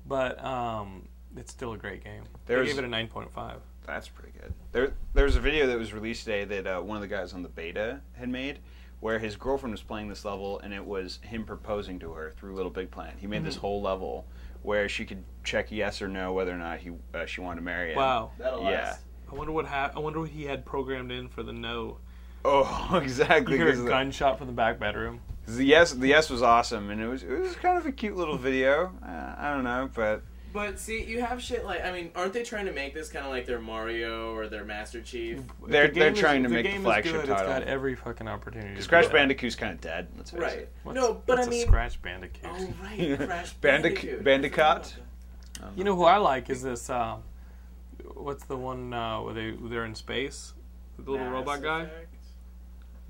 S2: but um, it's still a great game.
S3: There's-
S2: they gave it a 9.5.
S3: That's pretty good. There, there was a video that was released today that uh, one of the guys on the beta had made, where his girlfriend was playing this level, and it was him proposing to her through Little Big Planet. He made this
S2: Mhm.
S3: whole level where she could check yes or no whether or not he uh, she wanted to marry him.
S2: Wow.
S3: yeah.
S2: I wonder what hap I wonder what he had programmed in for the no.
S3: Oh, exactly.
S2: You hear
S3: 'cause of
S2: a
S3: the-
S2: gunshot from the back bedroom.
S3: The yes, the yes was awesome, and it was it was kind of a cute little video. Uh, I don't know, but
S4: But see, you have shit like I mean, aren't they trying to make this kind of like their Mario or their Master Chief?
S3: they're
S2: The game
S3: they're
S2: is-
S3: trying to
S2: the
S3: make
S2: game
S3: the
S2: is
S3: flagship
S2: good.
S3: title.
S2: It's got every fucking opportunity. to
S3: Because
S2: do
S3: Crash
S2: that.
S3: Bandicoot's kind of dead. Let's face
S4: Right.
S3: it.
S2: What's-
S4: No, but I
S2: what's a
S4: mean-
S2: Scratch Bandicoot.
S4: Oh, right, Crash
S3: Bandicoot.
S4: Bandicoot.
S3: Bandicoot.
S2: You know who I like is this. Uh, what's the one uh, where they they're in space? The little
S4: Mass
S2: robot guy.
S4: Effect?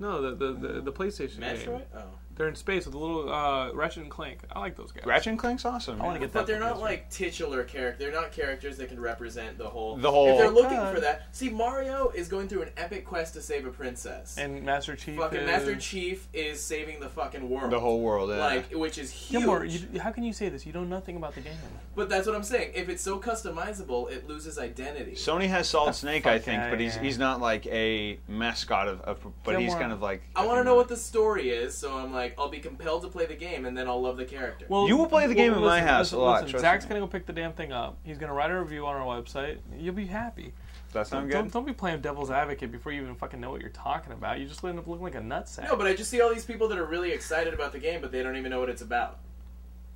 S2: No, the the, the, the PlayStation game.
S4: Metroid? Oh.
S2: They're in space with a little uh, Ratchet and Clank. I like those guys.
S3: Ratchet and Clank's awesome.
S2: I want to
S3: man.
S2: get that.
S4: But they're
S2: for
S4: not
S2: PS3.
S4: like titular character. They're not characters that can represent the whole.
S3: The whole-
S4: If they're looking
S2: God.
S4: for that, see, Mario is going through an epic quest to save a princess.
S2: And Master Chief.
S4: fucking
S2: is...
S4: Master Chief is saving the fucking world.
S3: The whole world, yeah.
S4: Like, which is huge.
S2: Gilmore, you, how can you say this? You know nothing about the game.
S4: But that's what I'm saying. If it's so customizable, it loses identity.
S3: Sony has Solid Snake, I
S2: fuck
S3: think,
S2: outta
S3: but he's
S2: here.
S3: he's not like a mascot of, of but he's
S2: Gilmore.
S3: kind of like.
S4: I want to know what the story is, so I'm like, I'll be compelled to play the game, and then I'll love the character.
S2: Well,
S3: You will play the game in my house a lot, trust
S2: Zach's
S3: me.
S2: gonna go pick the damn thing up. He's gonna write a review on our website. You'll be happy.
S3: Does that sound
S2: don't,
S3: good?
S2: don't be playing devil's advocate before you even fucking know what you're talking about. You just end up looking like a nutsack.
S4: no, but I just see all these people that are really excited about the game, but they don't even know what it's about.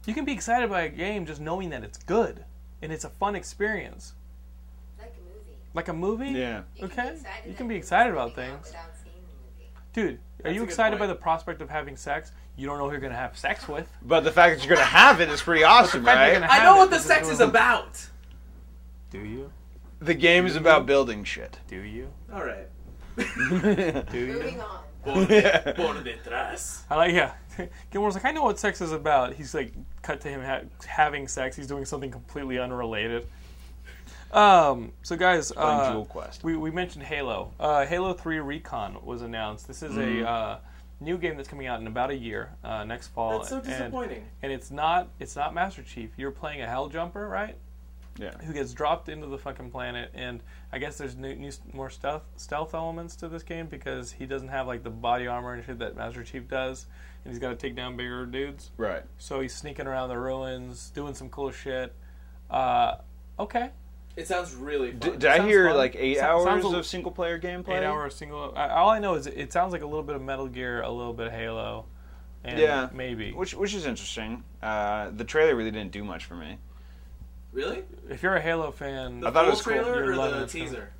S2: You can be excited by a game just knowing that it's good and it's a fun experience.
S5: Like a movie.
S2: Like a movie?
S3: Yeah.
S5: You can be
S2: Okay?
S5: excited
S2: You can
S5: that
S2: be
S5: you're
S2: excited about
S5: coming out
S2: things.
S5: without seeing the movie.
S2: Dude, are
S4: That's a
S2: you
S4: good
S2: excited by
S4: point.
S2: the prospect of having sex? You don't know who you're going to have sex with.
S3: But the fact that you're gonna have it is pretty awesome,
S2: fact you're
S3: right?
S2: gonna
S4: I
S2: have
S4: know
S2: it
S4: what the
S2: doesn't
S4: sex
S2: really-
S4: is about.
S2: Do you?
S3: the game is about building shit.
S2: Do you?
S4: All right.
S2: Do you?
S5: Moving on.
S4: Por de- por detrás.
S2: I like, yeah. Gilmore's like, I know what sex is about. He's like, cut to him ha- having sex. He's doing something completely unrelated. Um, so guys, uh,
S3: Jewel Quest.
S2: We, we mentioned Halo. Uh, Halo Three Recon was announced. This is a uh, new game that's coming out in about a year, uh, next fall.
S4: That's so
S2: and-
S4: disappointing.
S2: And, it's not it's not Master Chief. You're playing a Hell Jumper, right?
S3: Yeah.
S2: Who gets dropped into the fucking planet? And I guess there's new, new more stealth stealth elements to this game because he doesn't have like the body armor and shit that Master Chief does, and he's got to take down bigger dudes.
S3: Right.
S2: So he's sneaking around the ruins, doing some cool shit. Uh, okay.
S4: It sounds really
S3: D-
S4: fun.
S3: did I
S2: Sounds
S3: hear
S2: fun.
S3: like eight
S2: Sounds-
S3: hours
S2: sounds a-
S3: of single player gameplay?
S2: Eight hour single. I, all I know is it, it sounds like a little bit of Metal Gear, a little bit of Halo, and
S3: Yeah.
S2: maybe.
S3: Which which is interesting. Uh, the trailer really didn't do much for me.
S4: Really?
S2: If you're a Halo fan,
S4: The full trailer or the teaser?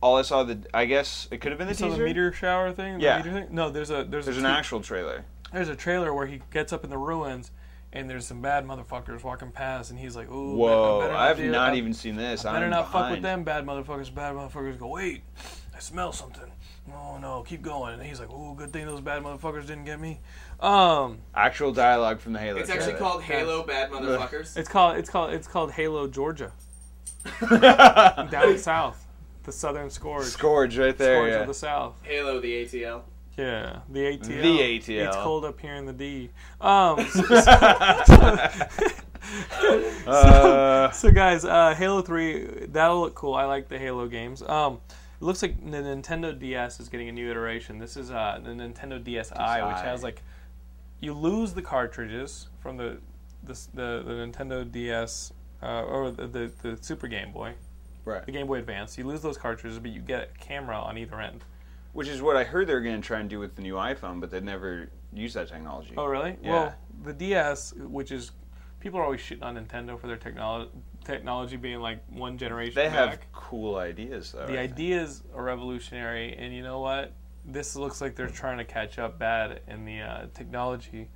S3: All I saw the I guess it could have been the
S2: You saw the
S3: teaser.
S2: meteor shower thing? The
S3: Yeah.
S2: meteor thing? No, there's a there's,
S3: There's
S2: a
S3: an
S2: te-
S3: actual trailer.
S2: There's a trailer where he gets up in the ruins and there's some bad motherfuckers walking past and he's like, "Ooh,
S3: Whoa,
S2: I better
S3: I've
S2: do-
S3: not
S2: I-
S3: even seen this.
S2: I better
S3: I'm
S2: not fuck with
S3: behind.
S2: them bad motherfuckers." Bad motherfuckers go, "Wait, I smell something." Oh no, keep going. And he's like, "Ooh, good thing those bad motherfuckers didn't get me." Um,
S3: Actual dialogue from the Halo.
S2: It's actually
S3: trailer.
S2: called Halo
S4: Bad Motherfuckers.
S2: It's called it's called it's called Halo Georgia. Down south, the southern scourge.
S3: Scourge right there,
S2: Scourge
S3: yeah.
S2: of the south.
S4: Halo, the ATL.
S2: Yeah, the ATL.
S3: The ATL.
S2: It's cold up here in the D. Um, so, so-
S3: Uh.
S2: so guys, uh, Halo Three that'll look cool. I like the Halo games. Um, it looks like the Nintendo DS is getting a new iteration. This is uh, the Nintendo DSi, which has like you lose the cartridges from the this, the, the Nintendo DS uh, or the, the the Super Game Boy,
S3: Right.
S2: The Game Boy Advance. You lose those cartridges, but you get a camera on either end.
S3: Which is what I heard they were going to try and do with the new iPhone, but they never used that technology.
S2: Oh, really?
S3: Yeah.
S2: Well, the DS, which is people are always shitting on Nintendo for their technology technology being like one generation.
S3: they have
S2: back.
S3: cool ideas though.
S2: the
S3: I think.
S2: ideas are revolutionary, and you know what? This looks like they're trying to catch up bad in the uh, technology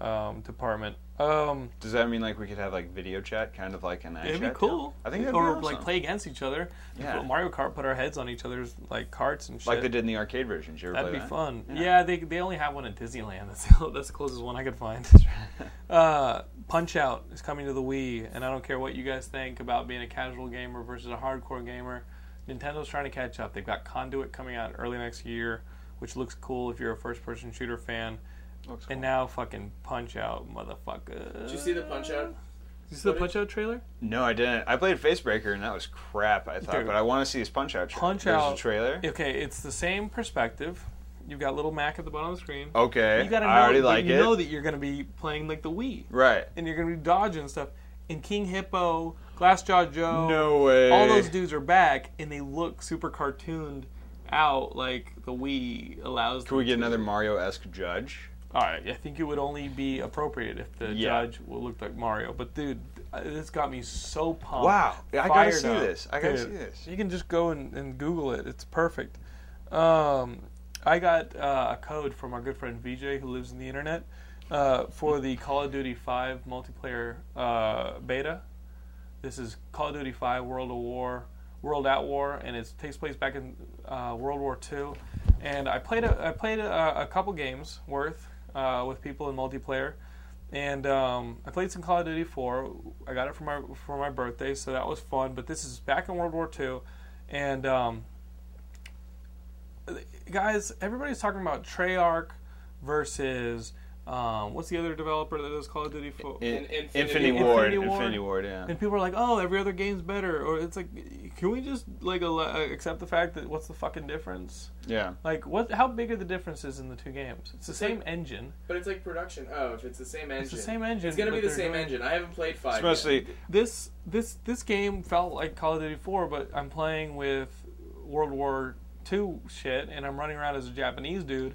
S2: um, department. Um,
S3: Does that mean like we could have like video chat, kind of like an iChat?
S2: It'd be
S3: deal?
S2: cool.
S3: I think that'd
S2: or
S3: be
S2: like
S3: awesome.
S2: play against each other. Just
S3: Yeah.
S2: put Mario Kart put our heads on each other's like carts and shit.
S3: like they did in the arcade versions. You ever
S2: That'd
S3: play
S2: be
S3: that?
S2: fun. Yeah, they, they only have one at Disneyland. That's that's the closest one I could find. uh, Punch Out is coming to the Wii, and I don't care what you guys think about being a casual gamer versus a hardcore gamer. Nintendo's trying to catch up. They've got Conduit coming out early next year, which looks cool if you're a first-person shooter fan.
S3: Looks
S2: and now fucking Punch Out, motherfucker.
S4: Did you see the Punch Out?
S2: Did you see the Punch Out trailer?
S3: No, I didn't. I played Facebreaker and that was crap. I thought,
S2: Dude.
S3: but I want to see this Punch Out. Tra-
S2: Punch
S3: There's
S2: Out
S3: a trailer.
S2: Okay, it's the same perspective. You've got little Mac at the bottom of the screen.
S3: Okay,
S2: you gotta know,
S3: I already like
S2: you
S3: it.
S2: know that you're gonna be playing like the Wii,
S3: Right.
S2: And you're gonna be dodging stuff. And King Hippo, Glassjaw Joe,
S3: No way.
S2: all those dudes are back, and they look super cartooned out like the Wii allows.
S3: Could we get another Mario-esque judge?
S2: All right, I think it would only be appropriate if the
S3: Yeah.
S2: judge will look like Mario. But dude, uh, this got me so pumped.
S3: Wow, I gotta
S2: fired
S3: see
S2: up.
S3: this. I gotta
S2: Dude,
S3: see this.
S2: You can just go and, and Google it. It's perfect. Um, I got uh, a code from our good friend VJ, who lives in the internet, uh, for the Call of Duty 5 multiplayer uh, beta. This is Call of Duty 5 World of War, World at War, and it takes place back in uh, World War II. And I played a, I played a, a couple games worth uh, with people in multiplayer, and um, I played some Call of Duty 4. I got it for my for my birthday, so that was fun. But this is back in World War II, and um, guys, everybody's talking about Treyarch versus um, what's the other developer that does Call of Duty 4?
S3: In- Infinity Infinity Ward, Infinity Ward, yeah.
S2: And people are like, "Oh, every other game's better," or it's like, can we just like al- accept the fact that what's the fucking difference?
S3: Yeah.
S2: Like, what? How big are the differences in the two games? It's the
S4: It's
S2: same
S4: like-
S2: engine.
S4: But it's like production. Oh, if it's the same engine.
S2: It's the same engine,
S4: It's gonna be
S2: but
S4: the
S2: they're
S4: same
S2: doing-
S4: engine. I haven't played five.
S3: It's mostly
S2: This this this game felt like Call of Duty 4, but I'm playing with World War II shit, and I'm running around as a Japanese dude,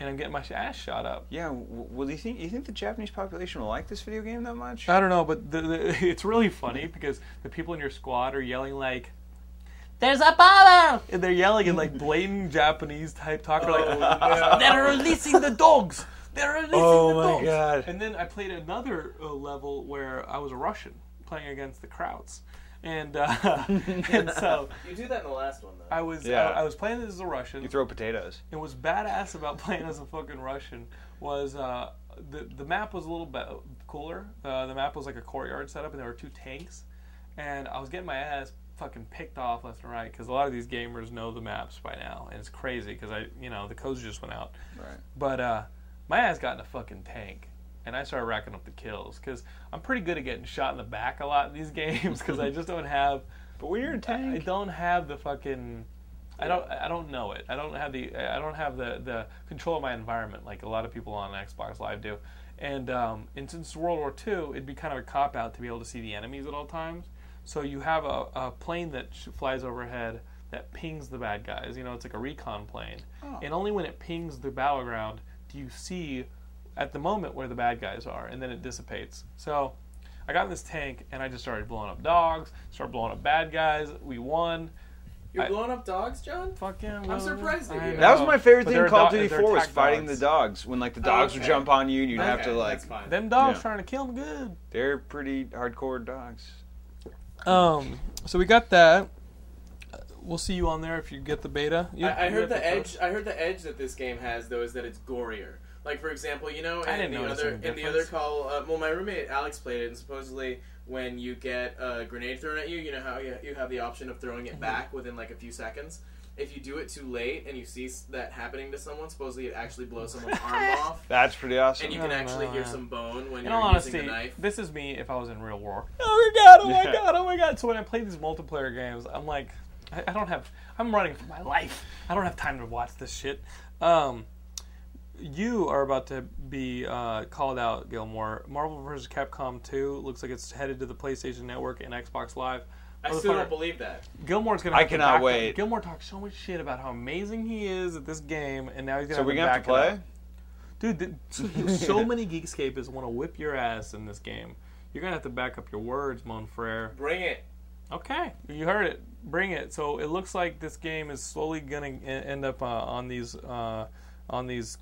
S2: and I'm getting my ass shot up.
S3: Yeah, w- well, do you think you think the Japanese population will like this video game that much?
S2: I don't know, but the, the, it's really funny because the people in your squad are yelling like, "There's a bomber!" and they're yelling in like blatant Japanese type talk, or like, "They're releasing the dogs! They're releasing
S3: Oh
S2: the
S3: my
S2: dogs!"
S3: God.
S2: And then I played another uh, level where I was a Russian playing against the Krauts, and uh, and so
S4: You do that in the last one though.
S2: I was uh,
S3: Yeah.
S2: I, I was playing as a Russian.
S3: You throw potatoes.
S2: And what's badass about playing as a fucking Russian was uh, the the map was a little bit cooler. Uh, the map was like a courtyard setup, and there were two tanks. And I was getting my ass fucking picked off left and right because a lot of these gamers know the maps by now, and it's crazy because I you know the codes just went out.
S3: Right.
S2: But uh, my ass got in a fucking tank, and I started racking up the kills because I'm pretty good at getting shot in the back a lot in these games because I just don't have.
S3: But when you're in
S2: I
S3: tank,
S2: don't have the fucking. I don't. I don't know it. I don't have the. I don't have the the control of my environment like a lot of people on Xbox Live do. And um, and since World War II, it'd be kind of a cop out to be able to see the enemies at all times. So you have a, a plane that sh- flies overhead that pings the bad guys. You know, it's like a recon plane. And only when it pings the battleground do you see at the moment where the bad guys are, and then it dissipates. So I got in this tank and I just started blowing up dogs, started blowing up bad guys. We won.
S4: You're
S2: I-
S4: blowing up dogs, John?
S2: Fuck yeah!
S4: I'm surprised at you.
S3: That was my favorite
S2: But
S3: thing
S2: they're
S3: in Call of
S2: do-
S3: Duty
S2: they're
S3: 4 was
S2: attack
S3: fighting
S2: dogs.
S3: the dogs. When like the dogs would
S4: okay.
S3: jump on you and you'd have
S4: Okay,
S3: to like
S4: that's fine.
S2: Them dogs
S3: Yeah.
S2: trying to kill them good.
S3: they're pretty hardcore dogs.
S2: Um, so we got that. Uh, We'll see you on there if you get the beta. You-
S4: I, I
S2: you
S4: heard
S2: have
S4: the
S2: to-
S4: edge. I heard the edge that this game has though is that it's gorier. Like for example, you know,
S2: I
S4: in
S2: didn't
S4: the
S2: notice
S4: other
S2: any
S4: in the
S2: difference.
S4: other call, uh, well, my roommate Alex played it, and supposedly when you get a grenade thrown at you, you know how you, you have the option of throwing
S2: Mm-hmm.
S4: it back within like a few seconds. If you do it too late and you see s- that happening to someone, supposedly it actually blows someone's arm off,
S3: That's pretty awesome.
S4: and you can
S2: I don't
S4: actually
S2: know,
S4: hear
S2: Oh, man.
S4: some bone when
S2: In
S4: you're
S2: all
S4: using
S2: honesty,
S4: the knife.
S2: this is me if I was in real war. Oh my god! Oh my god! Oh my god! So when I play these multiplayer games, I'm like, I, I don't have. I'm running for my life. I don't have time to watch this shit. Um, you are about to be uh, called out, Gilmore. Marvel vs. Capcom 2 looks like it's headed to the PlayStation Network and Xbox Live.
S4: I still
S2: Motherfucker,
S4: don't believe that.
S2: Gilmore's gonna.
S3: I
S2: Have to
S3: cannot
S2: back
S3: wait.
S2: Up. Gilmore talks so much shit about how amazing he is at this game, and now he's gonna.
S3: So
S2: have
S3: we're
S2: to
S3: gonna have to
S2: back it
S3: play.
S2: up. dude. th- so, so many Geekscapists want to whip your ass in this game. You're gonna have to back up your words, Mon Frere.
S4: Bring it.
S2: Okay, you heard it. Bring it. So it looks like this game is slowly gonna e- end up uh, on these uh, on these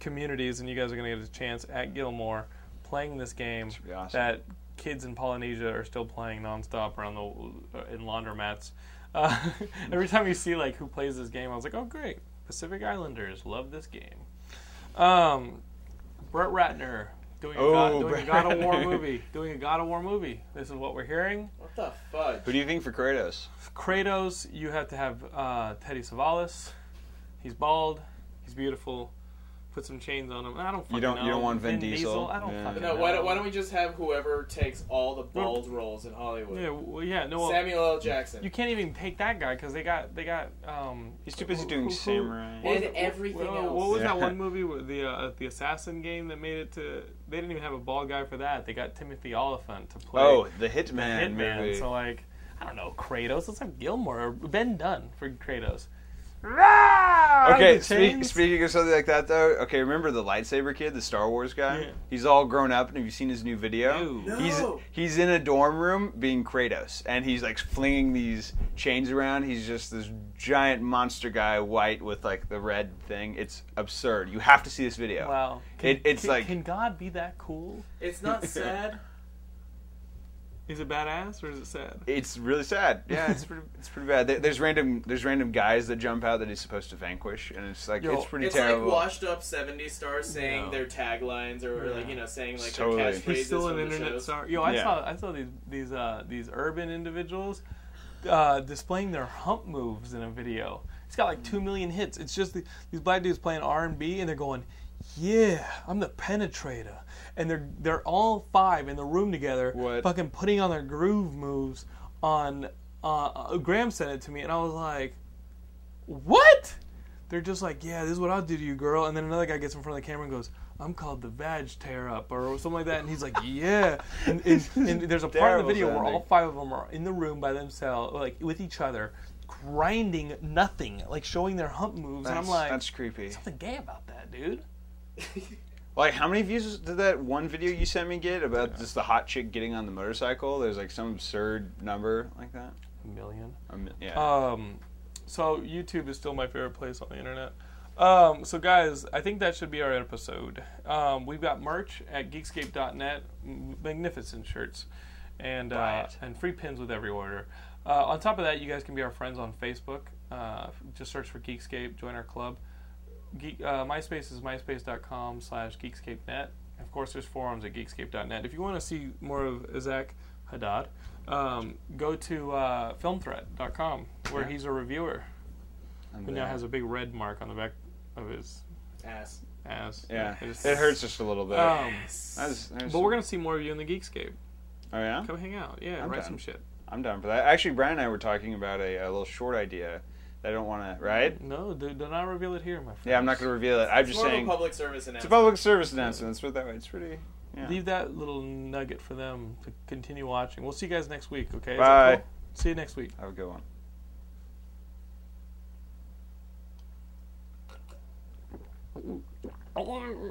S2: communities, and you guys are gonna get a chance at Gilmore playing this game
S3: should be awesome.
S2: that kids in Polynesia are still playing nonstop around the uh, in laundromats. Uh, every time you see like who plays this game, I was like, oh great, Pacific Islanders love this game. Um, Brett Ratner doing a, God,
S3: Oh,
S2: doing a
S3: Brett
S2: God of War
S3: Ratner.
S2: movie, doing a God of War movie. This is what we're hearing.
S4: What the fudge?
S3: Who do you think for Kratos?
S2: Kratos, you have to have uh, Teddy Savalas. He's bald. He's beautiful. Put some chains on him. I don't. Fucking
S3: You don't-
S2: Know.
S3: you don't want Vin Diesel?
S2: I don't.
S3: Yeah.
S2: Fucking
S4: No,
S2: know.
S4: why don't, why don't we just have whoever takes all the bald roles in Hollywood?
S2: Yeah, well, yeah, no. well,
S4: Samuel L. Jackson.
S2: you can't even take that guy because they got they got. Um,
S3: He's too busy
S2: who-
S3: doing
S2: who- who-
S3: samurai.
S2: what was
S4: And
S2: it-
S4: everything
S2: what,
S4: else.
S2: What was that
S3: Yeah.
S2: one movie with the uh, the assassin game that made it to? They didn't even have a bald guy for that. They got Timothy Oliphant to play.
S3: Oh, the
S2: the
S3: Hitman,
S2: hitman.
S3: movie.
S2: So like, I don't know, Kratos. Let's have Gilmore or Ben Dunn for Kratos. Rah!
S3: Okay,
S2: The
S3: speak,
S2: chains.
S3: speaking of something like that though, okay, remember the lightsaber kid, the Star Wars guy?
S2: Yeah.
S3: He's all grown up, and have you seen his new video?
S2: No.
S3: He's
S4: No.
S3: he's in a dorm room being Kratos, and he's like flinging these chains around. He's just this giant monster guy, white with like the red thing. It's absurd. You have to see this video.
S2: Wow.
S3: It- it's
S2: can,
S3: like-
S2: can God be that cool?
S4: It's not sad.
S2: Is it badass or is it sad?
S3: It's really sad. Yeah, it's pretty, it's pretty bad. There- There's random there's random guys that jump out that he's supposed to vanquish, and it's like
S2: Yo,
S3: it's pretty
S4: it's
S3: terrible.
S4: like washed up 70 stars saying
S2: No.
S4: their taglines or, or, like, you know, saying like
S3: Totally.
S4: their
S3: He's
S4: catchphrases
S2: He's still
S4: from
S2: an
S4: the
S2: internet
S4: shows.
S2: star. Yo, I
S3: Yeah.
S2: saw I saw these these uh, these urban individuals uh, displaying their hump moves in a video. It's got like two million hits. It's just the, these black dudes playing R and B, and they're going, "Yeah, I'm the penetrator," and they're they're all five in the room together,
S3: What?
S2: fucking putting on their groove moves. On uh, uh, Graham sent it to me, and I was like, "What?" they're just like, yeah, this is what I'll do to you, girl. And then another guy gets in front of the camera and goes, I'm called the Vag Tear Up or something like that. And he's like, yeah. And, and, and there's a part of
S3: Terrible
S2: the video where
S3: sounding.
S2: all five of them are in the room by themselves, like with each other, grinding nothing, like showing their hump moves. and I'm
S3: That's-
S2: like,
S3: that's creepy.
S2: something gay about that, dude.
S3: Like, how many views did that one video you sent me get about just the hot chick getting on the motorcycle? There's like some absurd number like that.
S2: A million.
S3: Um, yeah.
S2: Um, so YouTube is still my favorite place on the internet. Um, so guys, I think that should be our episode. Um, we've got merch at Geekscape.net, m- magnificent shirts, and uh, and free pins with every order. Uh, on top of that, you guys can be our friends on Facebook. Uh, just search for Geekscape, join our club. Geek, uh, MySpace is myspace.com slash geekscape.net. Of course, there's forums at geekscape.net. If you want to see more of Zach Haddad, um, go to uh, filmthreat.com where he's a reviewer who now has a big red mark on the back of his
S4: Ass.
S2: ass.
S3: yeah.
S2: It's-
S3: It hurts just a little bit.
S2: Um,
S3: That's- there's-
S2: but we're going to see more of you in the Geekscape.
S3: Oh yeah.
S2: Come hang out. Yeah,
S3: I'm
S2: write
S3: down.
S2: some shit.
S3: I'm down for that. Actually, Brian and I were talking about a, a little short idea. That I don't want to. Right.
S2: No, do, do not reveal it here, my friend.
S3: Yeah, I'm not going to reveal it. I'm
S4: It's
S3: just
S4: more of
S3: saying.
S4: a public service
S3: it's a
S4: announcement.
S3: public service announcement. Let's put it that way. It's pretty. Yeah.
S2: Leave that little nugget for them to continue watching. We'll see you guys next week, okay? Is that
S3: Bye.
S2: cool? See you next week.
S3: Have a good one.
S2: Oh,